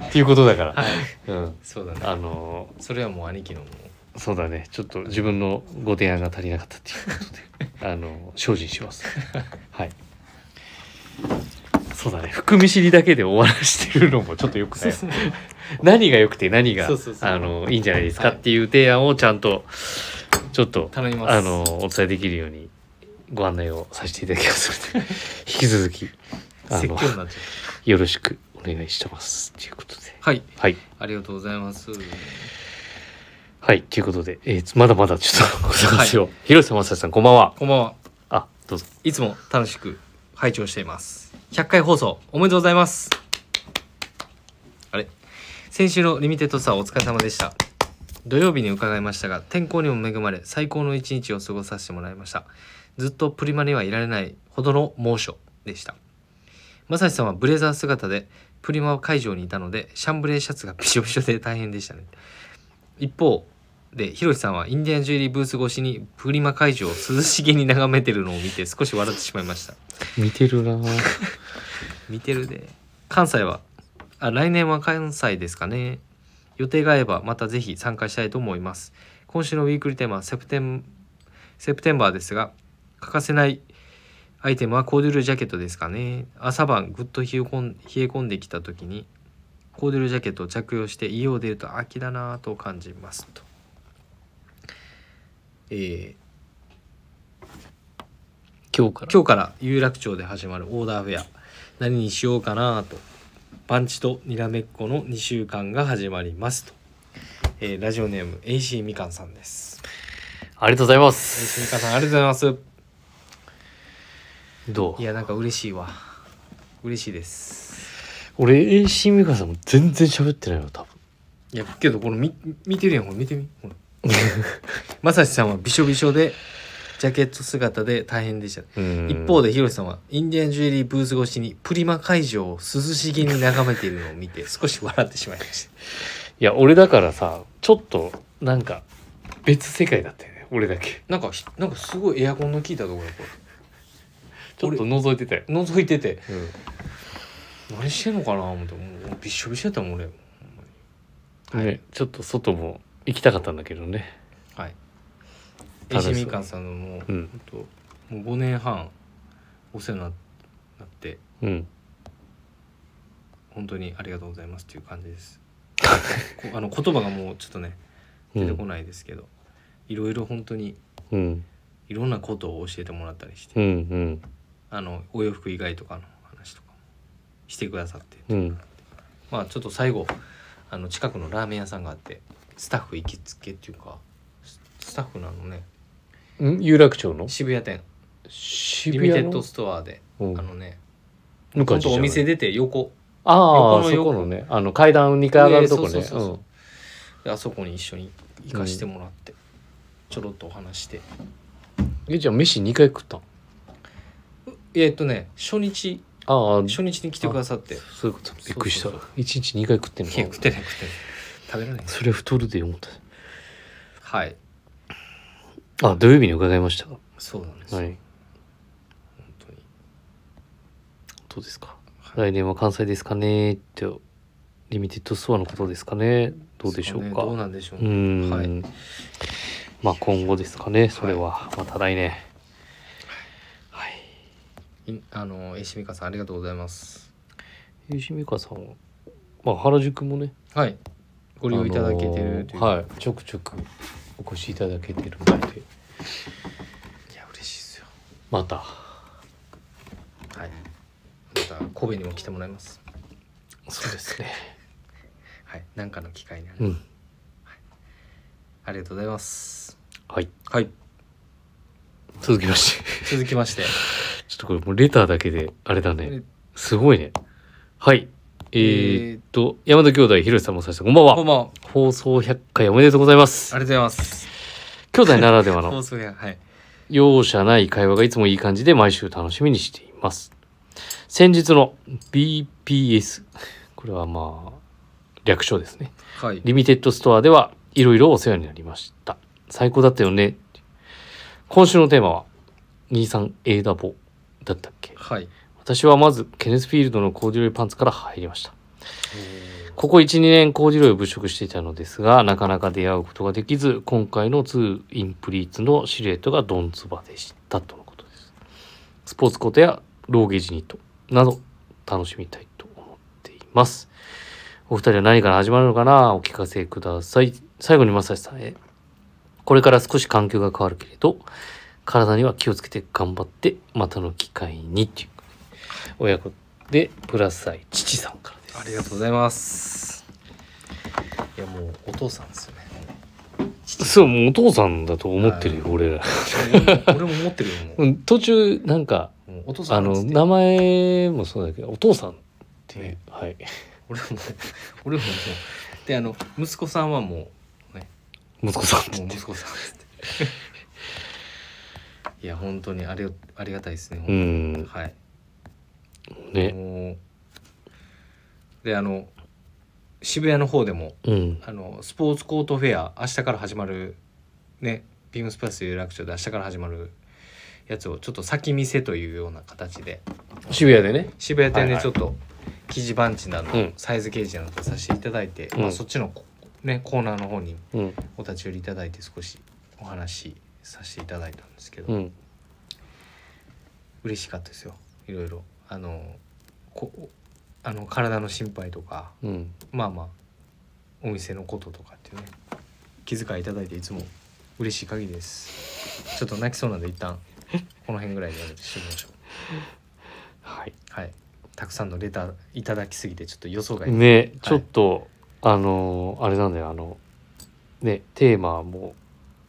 Speaker 2: っていうことだから、
Speaker 1: はい
Speaker 2: うん、
Speaker 1: そうだね
Speaker 2: あの
Speaker 1: それはもう兄貴のも
Speaker 2: そうだねちょっと自分のご提案が足りなかったっていうこと であの精進しますはいそうだね含み知りだけで終わらしてるのもちょっとよくない
Speaker 1: そう
Speaker 2: 何がよくて何が
Speaker 1: そうそうそう
Speaker 2: あのいいんじゃないですか
Speaker 1: はい
Speaker 2: っていう提案をちゃんとちょっと
Speaker 1: 頼みます
Speaker 2: あのお伝えできるようにご案内をさせていただきま すので引き続きあ
Speaker 1: 説教
Speaker 2: の
Speaker 1: になっちゃう
Speaker 2: よろしくお願いしてますということで
Speaker 1: はい
Speaker 2: はい
Speaker 1: ありがとうございます
Speaker 2: はい、ということで、えーまだまだちょっとご探しを。広瀬正史さん、こんばんは。
Speaker 1: こんばんは
Speaker 2: あ、どうぞ。
Speaker 1: いつも楽しく拝聴しています。100回放送おめでとうございます。あれ先週のリミテッドさお疲れ様でした。土曜日に伺いましたが天候にも恵まれ最高の一日を過ごさせてもらいました。ずっとプリマにはいられないほどの猛暑でした。まさしさんはブレザー姿でプリマ会場にいたのでシャンブレーシャツがびしょびしょで大変でしたね。一方でひろしさんはインディアンジュエリーブース越しにプリマ会場を涼しげに眺めてるのを見て少し笑ってしまいました
Speaker 2: 見てるなぁ
Speaker 1: 見てるで関西はあ来年は関西ですかね予定が合えばまたぜひ参加したいと思います今週のウィークリーテーマはセプテンセプテンバーですが欠かせないアイテムはコーデュルジャケットですかね朝晩ぐっと冷え込ん冷え込んできた時にコーデュルジャケットを着用して家を出ると秋だなぁと感じますとえー
Speaker 2: 今日から。
Speaker 1: 今日から有楽町で始まるオーダーフェア何にしようかなとパンチとにらめっこの2週間が始まりますと、えーラジオネーム AC みかんさんです
Speaker 2: ありがとうございま
Speaker 1: AC
Speaker 2: す。
Speaker 1: みかんさんありがとうございま
Speaker 2: ど
Speaker 1: す
Speaker 2: う
Speaker 1: いやなんか嬉しいわ嬉しいです
Speaker 2: 俺、AC ミカさんも全然喋ってないよ、多分。
Speaker 1: いやけどこれ見見てるやんこれ見てみほら まさしさんはびしょびしょでジャケット姿で大変でした一方
Speaker 2: で。
Speaker 1: でヒロシさんはインディアンジュエリーブース越しにプリマ会場を涼しげに眺めているのを見て少し笑ってしまいました
Speaker 2: いや、俺だからさ、ちょっと、なんか、別世界だったよね、俺だけ。
Speaker 1: なんかひなんかすごいエアコンの効いたところやこ
Speaker 2: ちょっと覗いてたよ。
Speaker 1: れ覗いてて
Speaker 2: うん
Speaker 1: 何してんのかな思ってもうもうびっしょびしょやったもん俺はい
Speaker 2: ね、ちょっと外も行きたかったんだけどね。
Speaker 1: はい
Speaker 2: ただ
Speaker 1: エ
Speaker 2: そ
Speaker 1: シ
Speaker 2: う
Speaker 1: ミカンさんのもう,、
Speaker 2: うん
Speaker 1: ともう5年半お世話になって
Speaker 2: うん。
Speaker 1: 本当にありがとうございますっていう感じ です。こあの言葉がもうちょっとね
Speaker 2: う
Speaker 1: 出てこ
Speaker 2: ん
Speaker 1: ないですけど、いろいろ本当に
Speaker 2: うん
Speaker 1: いろんなことを教えてもらったりして、
Speaker 2: うんうん
Speaker 1: あのお洋服以外とかの話とかもしてくださって、
Speaker 2: うん
Speaker 1: まあちょっと最後あの近くのラーメン屋さんがあってスタッフ行きつけっていうかススタッフなのね
Speaker 2: うん有楽町の
Speaker 1: 渋谷店リ
Speaker 2: 渋
Speaker 1: ミテ
Speaker 2: 谷
Speaker 1: ッド
Speaker 2: の
Speaker 1: ストアで、
Speaker 2: うん
Speaker 1: あのね
Speaker 2: 向
Speaker 1: 本
Speaker 2: 地じ
Speaker 1: 当
Speaker 2: ゃ
Speaker 1: お
Speaker 2: ない
Speaker 1: 店出て横
Speaker 2: ああ
Speaker 1: 横の
Speaker 2: そ
Speaker 1: 横
Speaker 2: このねあの階段2階上がるとこ
Speaker 1: ね
Speaker 2: ね
Speaker 1: そうそうそうそう
Speaker 2: うん
Speaker 1: であそこに一緒に行かしてもらって、ちょろっとお話して
Speaker 2: えじゃあ飯2回食ったん
Speaker 1: えーっとね初日
Speaker 2: ああ
Speaker 1: 初日に来てくださってい
Speaker 2: そういうことびっくりした
Speaker 1: そうそう
Speaker 2: 一日2回食ってんの
Speaker 1: や食ってない食ってない食べられない
Speaker 2: それは太るで思った
Speaker 1: はい
Speaker 2: あ土曜日に伺いましたは
Speaker 1: そうなんです、
Speaker 2: い
Speaker 1: 本当に
Speaker 2: どうですか
Speaker 1: はい
Speaker 2: 来年は関西ですかねってリミテッドストアのことですかねどうでしょう
Speaker 1: そね
Speaker 2: か
Speaker 1: どう
Speaker 2: う
Speaker 1: なんでしょう
Speaker 2: ー
Speaker 1: ね
Speaker 2: ん、
Speaker 1: はい
Speaker 2: まあ今後ですかねそれは、また来年はい
Speaker 1: いあのえしみかさんありがとうございます
Speaker 2: 吉美香さんはまあ原宿もね
Speaker 1: はいご利用いただけてるという、
Speaker 2: あのーはいちょくちょくお越しいただけてるみたいで
Speaker 1: い、や嬉しいですよ
Speaker 2: また
Speaker 1: はいまた神戸にも来てもらいます
Speaker 2: そうですね
Speaker 1: はいなんかの機会に、
Speaker 2: うん
Speaker 1: ありがとうございます
Speaker 2: はい
Speaker 1: はい
Speaker 2: 続きまして
Speaker 1: 続きまして
Speaker 2: ちょっとこれもうレターだけであれだね
Speaker 1: え
Speaker 2: すごいね。はい。え
Speaker 1: ー
Speaker 2: ーっと、山田兄弟、ひろしさんもさしてこんばん
Speaker 1: こん
Speaker 2: は。
Speaker 1: ばんはあ
Speaker 2: 放送100回おめでとうございます。
Speaker 1: りがとうございます
Speaker 2: 兄弟ならでは
Speaker 1: 放
Speaker 2: の
Speaker 1: 送やはい
Speaker 2: 容赦ない会話がいつもいい感じで毎週楽しみにしています。先日の BPS、これはまあ、略称ですね。
Speaker 1: はい
Speaker 2: リミテッドストアではいろいろお世話になりました。最高だったよね。今週のテーマは、23A ダボだったっけ
Speaker 1: はい
Speaker 2: 私はまずケネスフィールドのコーデュロイパンツから入りました。ここ1、2年コーディロイを物色していたのですが、なかなか出会うことができず、今回の2インプリーツのシルエットがドンツバでしたとのことです。スポーツコートやローゲージニットなど楽しみたいと思っています。お二人は何から始まるのかなお聞かせください。最後にまさしさんへ。これから少し環境が変わるけれど、体には気をつけて頑張って、またの機会にっていう。親子でプラス愛父さんからです。
Speaker 1: ありがとうございますいやもうお父さんですよね
Speaker 2: そう、もうお父さんだと思ってるよ、俺ら。
Speaker 1: 俺も俺も持ってるよも
Speaker 2: うん途中、なんか、
Speaker 1: うもうお父さん
Speaker 2: あ
Speaker 1: なん
Speaker 2: の、
Speaker 1: つって
Speaker 2: 名前もそうだけど、お父さんっていう、
Speaker 1: ね
Speaker 2: はい。
Speaker 1: 俺も俺ももうであの息子さんはも
Speaker 2: 息子さんって
Speaker 1: うもう
Speaker 2: 言って
Speaker 1: 息。子さんですっていや本当にありがありがたいですね、
Speaker 2: う
Speaker 1: 本当に
Speaker 2: ん、
Speaker 1: はい
Speaker 2: ね。
Speaker 1: もうであの渋谷の方でも
Speaker 2: うん。
Speaker 1: あのスポーツコートフェア明日から始まるねビームスプラス有楽町で明日から始まるやつをちょっと先見せというような形で
Speaker 2: 渋谷でね。
Speaker 1: 渋谷店
Speaker 2: はい
Speaker 1: で
Speaker 2: はい
Speaker 1: ちょっと生地バンチなど、
Speaker 2: うん
Speaker 1: サイズケージなど出させていただいて、
Speaker 2: うん
Speaker 1: まあ、そっちのこ、ね、コーナーの方に
Speaker 2: うん。
Speaker 1: お立ち寄りいただいて少しお話しさせていただいたんですけど、
Speaker 2: うん。
Speaker 1: 嬉しかったですよいろいろあのこあの体の心配とか
Speaker 2: うん。
Speaker 1: まあまあお店のこととかっていうね気遣いいただいていつも嬉しい限りですちょっと泣きそうなんで一旦この辺ぐらいでやめてしまいましょう
Speaker 2: はい。
Speaker 1: はいたくさんのレターいただきすぎてちょっと予想外に
Speaker 2: ね、ちょっと、あのー、あれなんだよ、あの、ね、テーマも、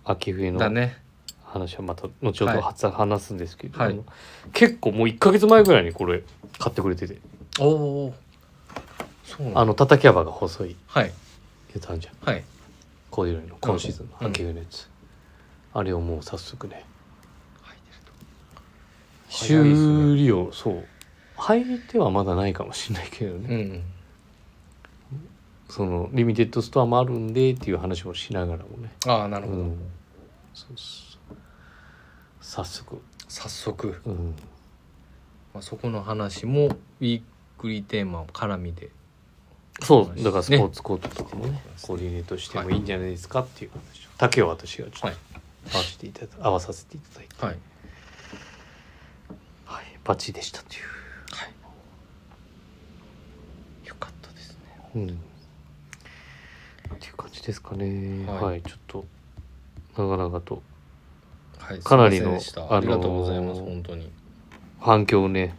Speaker 2: 秋冬の
Speaker 1: だね
Speaker 2: 話はまた後ほ
Speaker 1: は
Speaker 2: ど
Speaker 1: い
Speaker 2: 初話すんですけど、
Speaker 1: はい
Speaker 2: あの結構もう1か月前ぐらいにこれ買ってくれてて、
Speaker 1: おおそうな
Speaker 2: あの叩き幅が細い
Speaker 1: はい
Speaker 2: 言ったんじゃん
Speaker 1: はい
Speaker 2: コーデュロイの今シーズンの
Speaker 1: うん
Speaker 2: 秋冬のやつ、あれをもう早速ね
Speaker 1: 早いですね
Speaker 2: 修理をそう入ってはまだないかもしれないけど
Speaker 1: う
Speaker 2: ね、
Speaker 1: ん
Speaker 2: そのリミテッドストアもあるんでっていう話もしながらもね、
Speaker 1: ああなるほ
Speaker 2: う
Speaker 1: ど、
Speaker 2: ん、そうそう早速、
Speaker 1: 早速、
Speaker 2: うん、
Speaker 1: まあ、そこの話もウィークリーテーマ絡みで
Speaker 2: そうだからスポ
Speaker 1: ね
Speaker 2: ーツコートとかもねコーディネートしてもいいんじゃないですかっていう話を丈を私がちょっと
Speaker 1: はい
Speaker 2: 合わせていただ合わさせていただいて、
Speaker 1: はい
Speaker 2: はい、バッチリでしたという
Speaker 1: はいよか
Speaker 2: うん、っていう感じですかね。は、
Speaker 1: はいい
Speaker 2: ちょっと長々と
Speaker 1: はい、
Speaker 2: かなり
Speaker 1: すいま
Speaker 2: の
Speaker 1: せんでした
Speaker 2: あのー
Speaker 1: ありがとうございます本当に
Speaker 2: 反響をね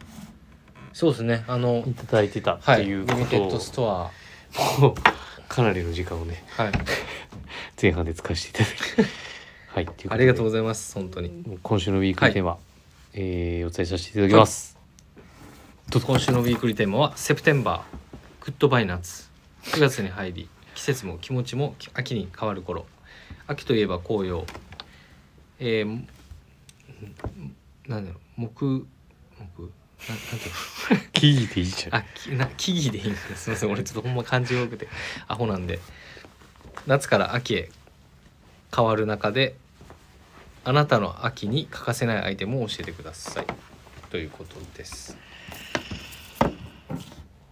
Speaker 1: そうですねあの
Speaker 2: いただいてたっ
Speaker 1: は
Speaker 2: て
Speaker 1: い
Speaker 2: い
Speaker 1: リ
Speaker 2: う
Speaker 1: ミ
Speaker 2: こ
Speaker 1: テ
Speaker 2: と
Speaker 1: ッ
Speaker 2: を、
Speaker 1: ドストア
Speaker 2: もうかなりの時間をね
Speaker 1: はい
Speaker 2: 前半で使わせていただい てはいっていう
Speaker 1: ありがとう
Speaker 2: う
Speaker 1: ございます本当に
Speaker 2: 今週のウィークリーテーマ、えーお伝えさせていただきます。
Speaker 1: 今週のウィークリーテーマは「セプテンバーグッドバイナッツ」9月に入り季節も気持ちも秋に変わる頃秋といえば紅葉えー、んなんだろう木木ななんていう
Speaker 2: 聞いていいじゃん。
Speaker 1: の あきな木々でいいん ですすみません俺ちょっとほんま感じが多くてアホなんで夏から秋へ変わる中であなたの秋に欠かせないアイテムを教えてくださいということです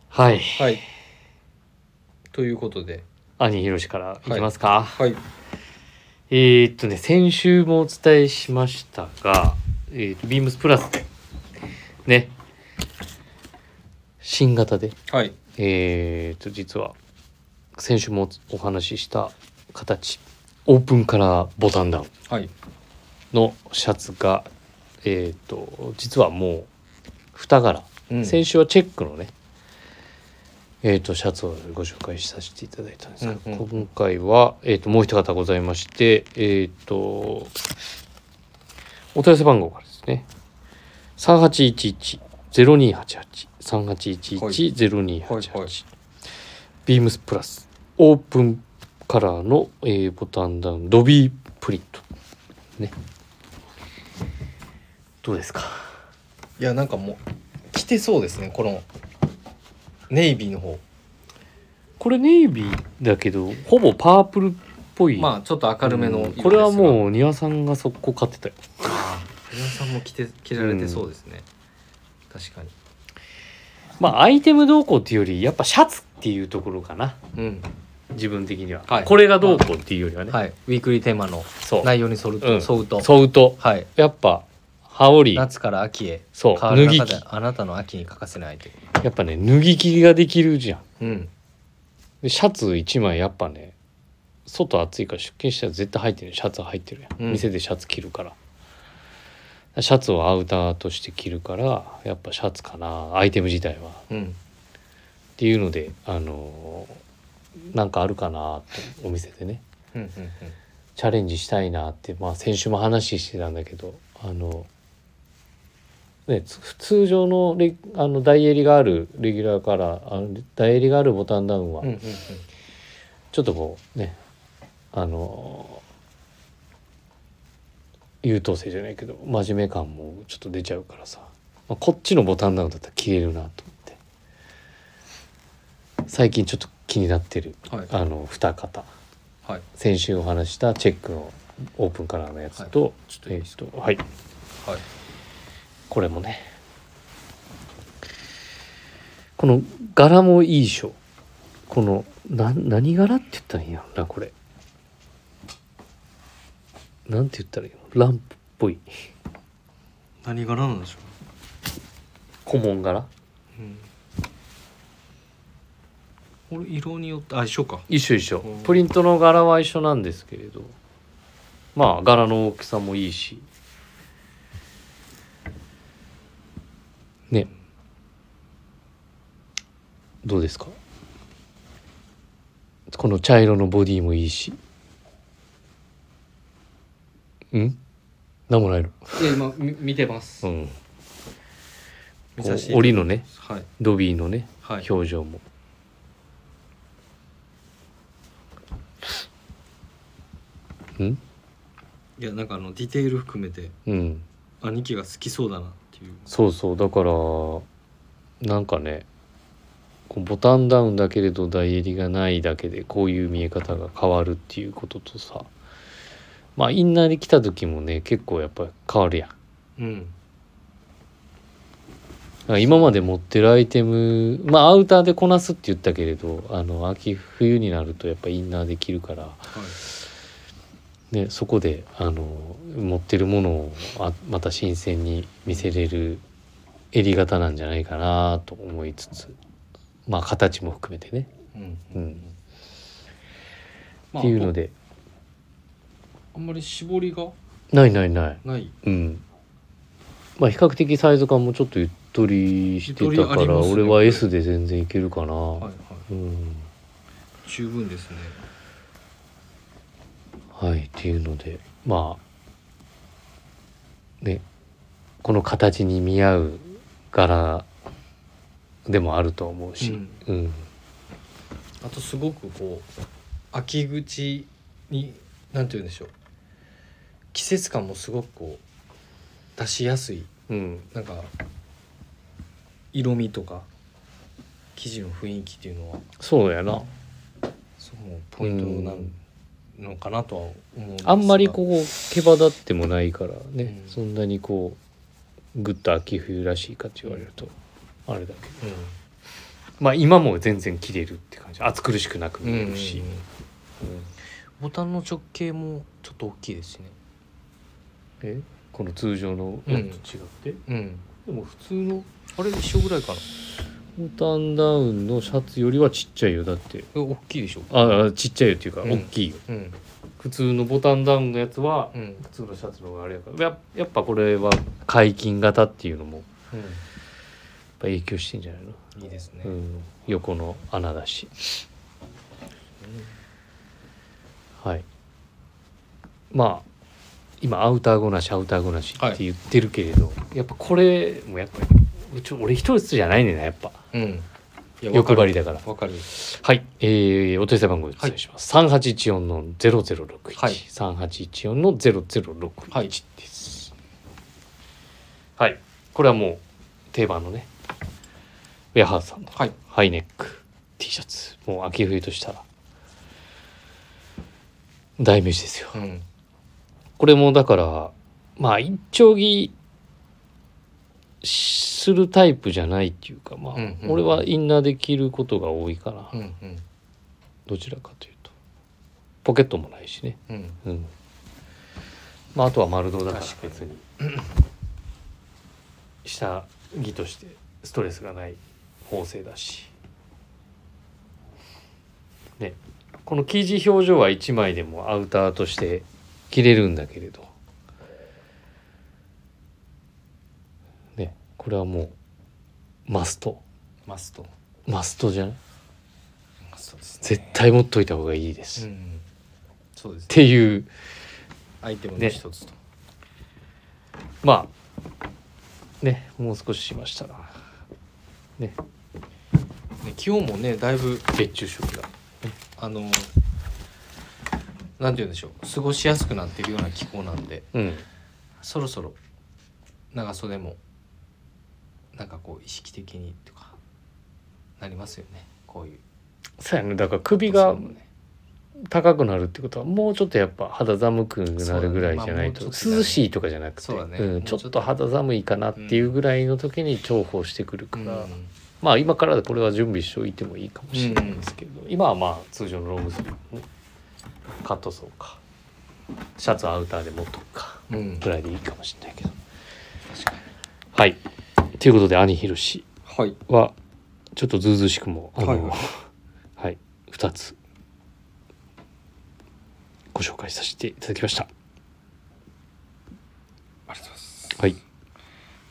Speaker 2: はい。
Speaker 1: はい。ということで。
Speaker 2: 兄ひろしからいきますか。
Speaker 1: はい。
Speaker 2: えーっとね、先週もお伝えしましたが、えーっと、ビームスプラスで、ね、新型で、
Speaker 1: はい。
Speaker 2: えーっと、実は、先週もお話しした形、オープンカラーボタンダウン
Speaker 1: はい。
Speaker 2: のシャツが、えーっと、実はもう、2柄、
Speaker 1: うん
Speaker 2: 先週はチェックのね、えーっと、シャツをご紹介させていただいたんですが、
Speaker 1: うんうん
Speaker 2: 今回は、えーっと、もう一方ございまして、えーっと、お問い合わせ番号からですね、3811-0288、3811-0288、
Speaker 1: はいはい
Speaker 2: ビームスプラス、オープンカラーの、えーボタンダウン、ドビープリント。ね。どうですか
Speaker 1: いや、なんかもう。来てそうですね。この。ネイビーの方。
Speaker 2: これネイビーだけどほぼパープルっぽい、
Speaker 1: まあ、ちょっと明るめの色
Speaker 2: うん
Speaker 1: ですが。
Speaker 2: これはもう丹羽さんが速攻買ってたよ
Speaker 1: あー。皆さんも着て、着られてそうですね。確かに。
Speaker 2: まあアイテムどうこうっていうよりやっぱシャツっていうところかな
Speaker 1: うん。
Speaker 2: 自分的には、
Speaker 1: はい
Speaker 2: これがどうこうっていうよりはね、
Speaker 1: はい。ウィークリーテーマの
Speaker 2: そう
Speaker 1: 内容に沿う
Speaker 2: うん
Speaker 1: と。沿うと。
Speaker 2: そうと
Speaker 1: はい。
Speaker 2: やっぱ羽織や
Speaker 1: 夏から秋へ。
Speaker 2: そう
Speaker 1: 変わる中
Speaker 2: 脱
Speaker 1: で
Speaker 2: ぎ、
Speaker 1: あなたの秋に欠かせないアイテ
Speaker 2: っぱね脱ぎ着ができるじゃん
Speaker 1: ム。うん。
Speaker 2: でシャツ1枚やっぱね外暑いから出勤したら絶対入ってるシャツ入ってるやん、
Speaker 1: うん
Speaker 2: 店でシャツ着るからシャツをアウターとして着るからやっぱシャツかなアイテム自体は
Speaker 1: うん。
Speaker 2: っていうのであのーなんかあるかなとお店でね
Speaker 1: うん。うん。うん。
Speaker 2: チャレンジしたいなって、まあ、先週も話してたんだけどあの、ね、つ通常のレあの大襟があるレギュラーカラーあの大襟があるボタンダウンは
Speaker 1: うん。うん。うん。
Speaker 2: ちょっとこうねあの優等生じゃないけど真面目感もちょっと出ちゃうからさ、まあ、こっちのボタンダウンだったら消えるなと思って最近ちょっと気になってる
Speaker 1: はい。
Speaker 2: あの二方
Speaker 1: はい。
Speaker 2: 先週お話したチェックのオープンカラーのやつと、
Speaker 1: ちょっとい
Speaker 2: え
Speaker 1: い
Speaker 2: っ
Speaker 1: です
Speaker 2: とはい
Speaker 1: はい。
Speaker 2: これもねこの柄もいいでしょこのな何柄って言ったらいいんやろなこれなんて言ったらいいのランプっぽい
Speaker 1: 何柄なんでしょ
Speaker 2: 古文柄
Speaker 1: うん、これ色によってあ一緒か
Speaker 2: 一緒一緒
Speaker 1: うん
Speaker 2: プリントの柄は一緒なんですけれどまあ柄の大きさもいいしねどうですかこの茶色のボディもいいしうん何もないの
Speaker 1: いや今み見てます、
Speaker 2: うん
Speaker 1: 見させていただきます
Speaker 2: 檻のね
Speaker 1: はい
Speaker 2: ドビーのね
Speaker 1: はい
Speaker 2: 表情も、うん
Speaker 1: いやなんかあのディテール含めて
Speaker 2: うん
Speaker 1: 兄貴が好きそうだなっていう
Speaker 2: そうそうだからなんかねこうボタンダウンだけれど大襟がないだけでこういう見え方が変わるっていうこととさまあインナーで来た時もね結構やっぱ変わるやん
Speaker 1: うん
Speaker 2: なんか今まで持ってるアイテムまあアウターでこなすって言ったけれどあの秋冬になるとやっぱインナーできるから
Speaker 1: はい
Speaker 2: ね、そこであの持ってるものをあまた新鮮に見せれる襟型なんじゃないかなと思いつつまあ形も含めてね
Speaker 1: うん
Speaker 2: うん
Speaker 1: まあ
Speaker 2: っていうので
Speaker 1: あんまり絞りが
Speaker 2: ないないない
Speaker 1: ない
Speaker 2: うんまあ比較的サイズ感もちょっとゆっとりしてたか
Speaker 1: ゆっとりあり
Speaker 2: ら、
Speaker 1: ますね
Speaker 2: 俺は S で全然いけるかな、
Speaker 1: はいは
Speaker 2: うん
Speaker 1: い十分ですね
Speaker 2: はいっていうのでまあねこの形に見合う柄でもあると思うし、うん
Speaker 1: あとすごくこう秋口になんて言うんでしょう季節感もすごくこう出しやすい
Speaker 2: うん
Speaker 1: なんか色味とか生地の雰囲気っていうのは
Speaker 2: そうやな
Speaker 1: そうポイント
Speaker 2: うん
Speaker 1: なのかなとは思うんですが
Speaker 2: あんまりこう毛羽立ってもないからね、
Speaker 1: うん
Speaker 2: そんなにこうグッと秋冬らしいかって言われるとあれだけど
Speaker 1: う
Speaker 2: まあ今も全然着れるって感じ暑苦しくなく
Speaker 1: ん、
Speaker 2: 見えるし、
Speaker 1: うんボタンの直径もちょっと大きいですしね
Speaker 2: えこの通常のやつと違って、
Speaker 1: うん
Speaker 2: でも普通の
Speaker 1: あれ一緒ぐらいかな
Speaker 2: ボタンダウンのシャツよりはちっちゃいよだって
Speaker 1: え大きいでしょ
Speaker 2: ああちっちゃいよっていうか、
Speaker 1: うん
Speaker 2: 大きいよ
Speaker 1: うん
Speaker 2: 普通のボタンダウンのやつは、
Speaker 1: うん
Speaker 2: 普通のシャツの方があれやからややっぱこれは解禁型っていうのもやっぱ影響してんじゃないの、
Speaker 1: うんいいですね、
Speaker 2: うん、横の穴だしはいまあ今アウターごなしアウターごなしって言ってるけれど、やっぱこれもやっぱりちょ俺一つじゃないねんなやっぱ
Speaker 1: うん、いや
Speaker 2: 欲張りだから
Speaker 1: わかる
Speaker 2: はい、えー、お手伝い番号お伝えします。三八一四のゼロゼロ六
Speaker 1: はい
Speaker 2: 一、三八一四のゼロゼロ六
Speaker 1: はい
Speaker 2: 一です。はい、これはもう定番のね、ウェアハウスさんの
Speaker 1: はい
Speaker 2: ハイネック T シャツ、もう秋冬としたら代名詞ですよ。
Speaker 1: うん
Speaker 2: これもだからまあ一丁着するタイプじゃないっていうか、まあ、
Speaker 1: うんうん
Speaker 2: 俺はインナーで着ることが多いかな。
Speaker 1: うんうん
Speaker 2: どちらかというとポケットもないしね、
Speaker 1: うん
Speaker 2: うんまあ、あとは丸胴だから
Speaker 1: 確かに
Speaker 2: 別に 下着としてストレスがない縫製だし、ね、この生地表情は1枚でもアウターとして着れるんだけれど、ね、これはもうマスト
Speaker 1: マスト
Speaker 2: マストじゃない
Speaker 1: マストですね
Speaker 2: 絶対持っといた方がいいです、
Speaker 1: う
Speaker 2: っ
Speaker 1: んそうですね
Speaker 2: ていう
Speaker 1: アイテムの
Speaker 2: ね
Speaker 1: 一つと、
Speaker 2: まあねもう少ししましたらね
Speaker 1: ね、気温もねだいぶ
Speaker 2: 熱中症が
Speaker 1: あのなんて言うんでしょう過ごしやすくなっているような気候なんで
Speaker 2: うん
Speaker 1: そろそろ長袖もなんかこう意識的にとかなりますよねこういう
Speaker 2: そうやねだから首が
Speaker 1: そういうのもね
Speaker 2: 高くなるってことはもうちょっとやっぱ肌寒くなるぐらいじ
Speaker 1: そうだね
Speaker 2: ゃないと、
Speaker 1: まあもうちょっとだね
Speaker 2: 涼しいとかじゃなくて
Speaker 1: そうだね
Speaker 2: ん、
Speaker 1: もう
Speaker 2: ち
Speaker 1: ちょ
Speaker 2: ょ
Speaker 1: っと
Speaker 2: っと肌寒いかなっていうぐらいの時に重宝してくる
Speaker 1: う
Speaker 2: か
Speaker 1: ん
Speaker 2: ら、まあ今からこれは準備しておいてもいいかもしれないですけど、今はまあ通常のロングスリーブねカットソーかシャツアウターで持っとくか
Speaker 1: うん
Speaker 2: ぐらいでいいかもしれないけど
Speaker 1: 確かに
Speaker 2: はいということで兄ひろし
Speaker 1: はい
Speaker 2: はちょっとずうずうしくもあの、
Speaker 1: は
Speaker 2: はいい2つご紹介させていただきました
Speaker 1: ありがとうございます
Speaker 2: はい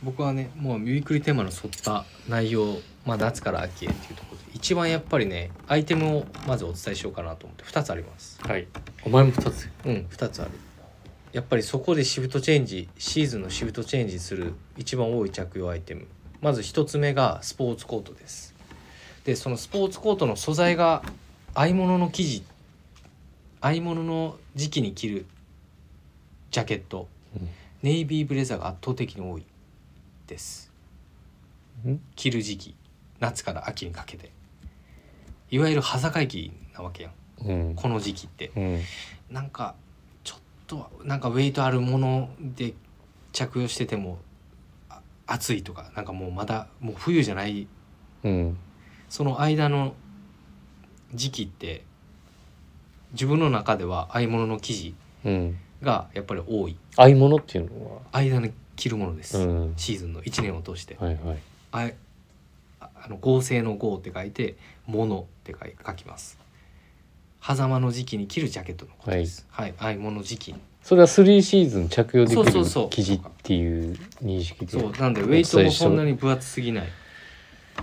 Speaker 1: 僕はねもうウィークリーテーマの沿った内容、まあ、夏から秋へっていうところで一番やっぱりねアイテムをまずお伝えしようかなと思って2つあります
Speaker 2: はいお前も2つ
Speaker 1: うん2つあるやっぱりそこでシフトチェンジシーズンのシフトチェンジする一番多い着用アイテムまず1つ目がスポーツコートですでそのスポーツコートの素材が合い物の生地合い物の時期に着るジャケットネイビーブレザーが圧倒的に多いです
Speaker 2: うん
Speaker 1: 着る時期夏から秋にかけていわゆる端境期なわけやん
Speaker 2: うん
Speaker 1: この時期って
Speaker 2: うん
Speaker 1: なんかちょっとなんかウェイトあるもので着用しててもあ暑いとかなんかもうまだもう冬じゃない
Speaker 2: うん
Speaker 1: その間の時期って自分の中では合い物の生地
Speaker 2: うん
Speaker 1: がやっぱり多い
Speaker 2: 合い物っていうのは
Speaker 1: 間に着るものです、
Speaker 2: うん
Speaker 1: シーズンの1年を通して
Speaker 2: はいはい
Speaker 1: あああの合成の合って書いて「もの」って書い書きます狭間の時期に着るジャケットのことですはい、はい、もの時期
Speaker 2: それは3シーズン着用でき
Speaker 1: そうそ
Speaker 2: る
Speaker 1: うそう
Speaker 2: 生地っていう認識で
Speaker 1: そうなんでウェイトもそんなに分厚すぎない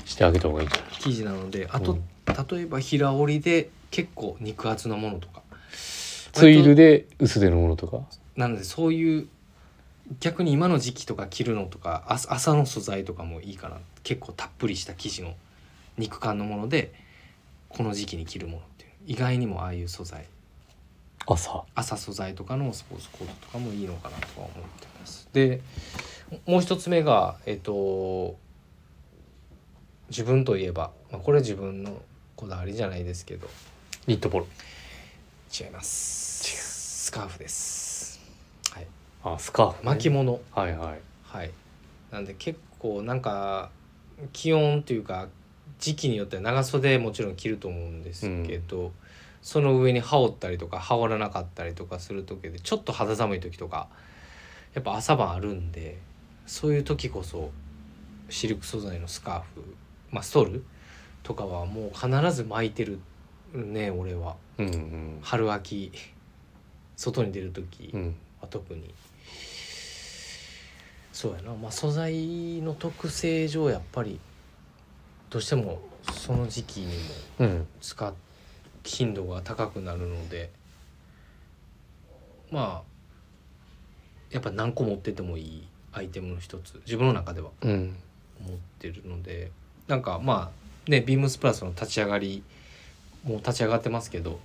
Speaker 2: してあげた方がいいんじゃない
Speaker 1: 生地なのであと、
Speaker 2: うん
Speaker 1: 例えば平織りで結構肉厚なものとか
Speaker 2: ツイルで薄手のものとか
Speaker 1: なのでそういう逆に今の時期とか着るのとかあ朝の素材とかもいいかな結構たっぷりした生地の肉感のものでこの時期に着るものっていう意外にもああいう素材
Speaker 2: 朝
Speaker 1: 朝素材とかのスポーツコートとかもいいのかなとは思ってます。でもう一つ目が、えっと、自分といえば、まあ、これ自分のこだわりじゃないですけど
Speaker 2: ニットポロ
Speaker 1: 違います
Speaker 2: 違う
Speaker 1: スカーフです、はい、
Speaker 2: あスカーフ、
Speaker 1: 巻物、
Speaker 2: はいはい
Speaker 1: はいなんで結構なんか気温というか時期によっては長袖もちろん着ると思うんですけど、その上に羽織ったりとか羽織らなかったりとかする時でちょっと肌寒い時とかやっぱ朝晩あるんでそういう時こそシルク素材のスカーフ、まあ、ストールとかはもう必ず巻いてるね俺は
Speaker 2: うんうん
Speaker 1: 春秋外に出る時。
Speaker 2: うん
Speaker 1: は特にそうやな、まあ、素材の特性上やっぱりどうしてもその時期にも
Speaker 2: うん
Speaker 1: 使う頻度が高くなるのでまあやっぱ何個持っててもいいアイテムの一つ自分の中では
Speaker 2: うん
Speaker 1: 思ってるのでなんかまあねビームスプラスの立ち上がりもう立ち上がってますけど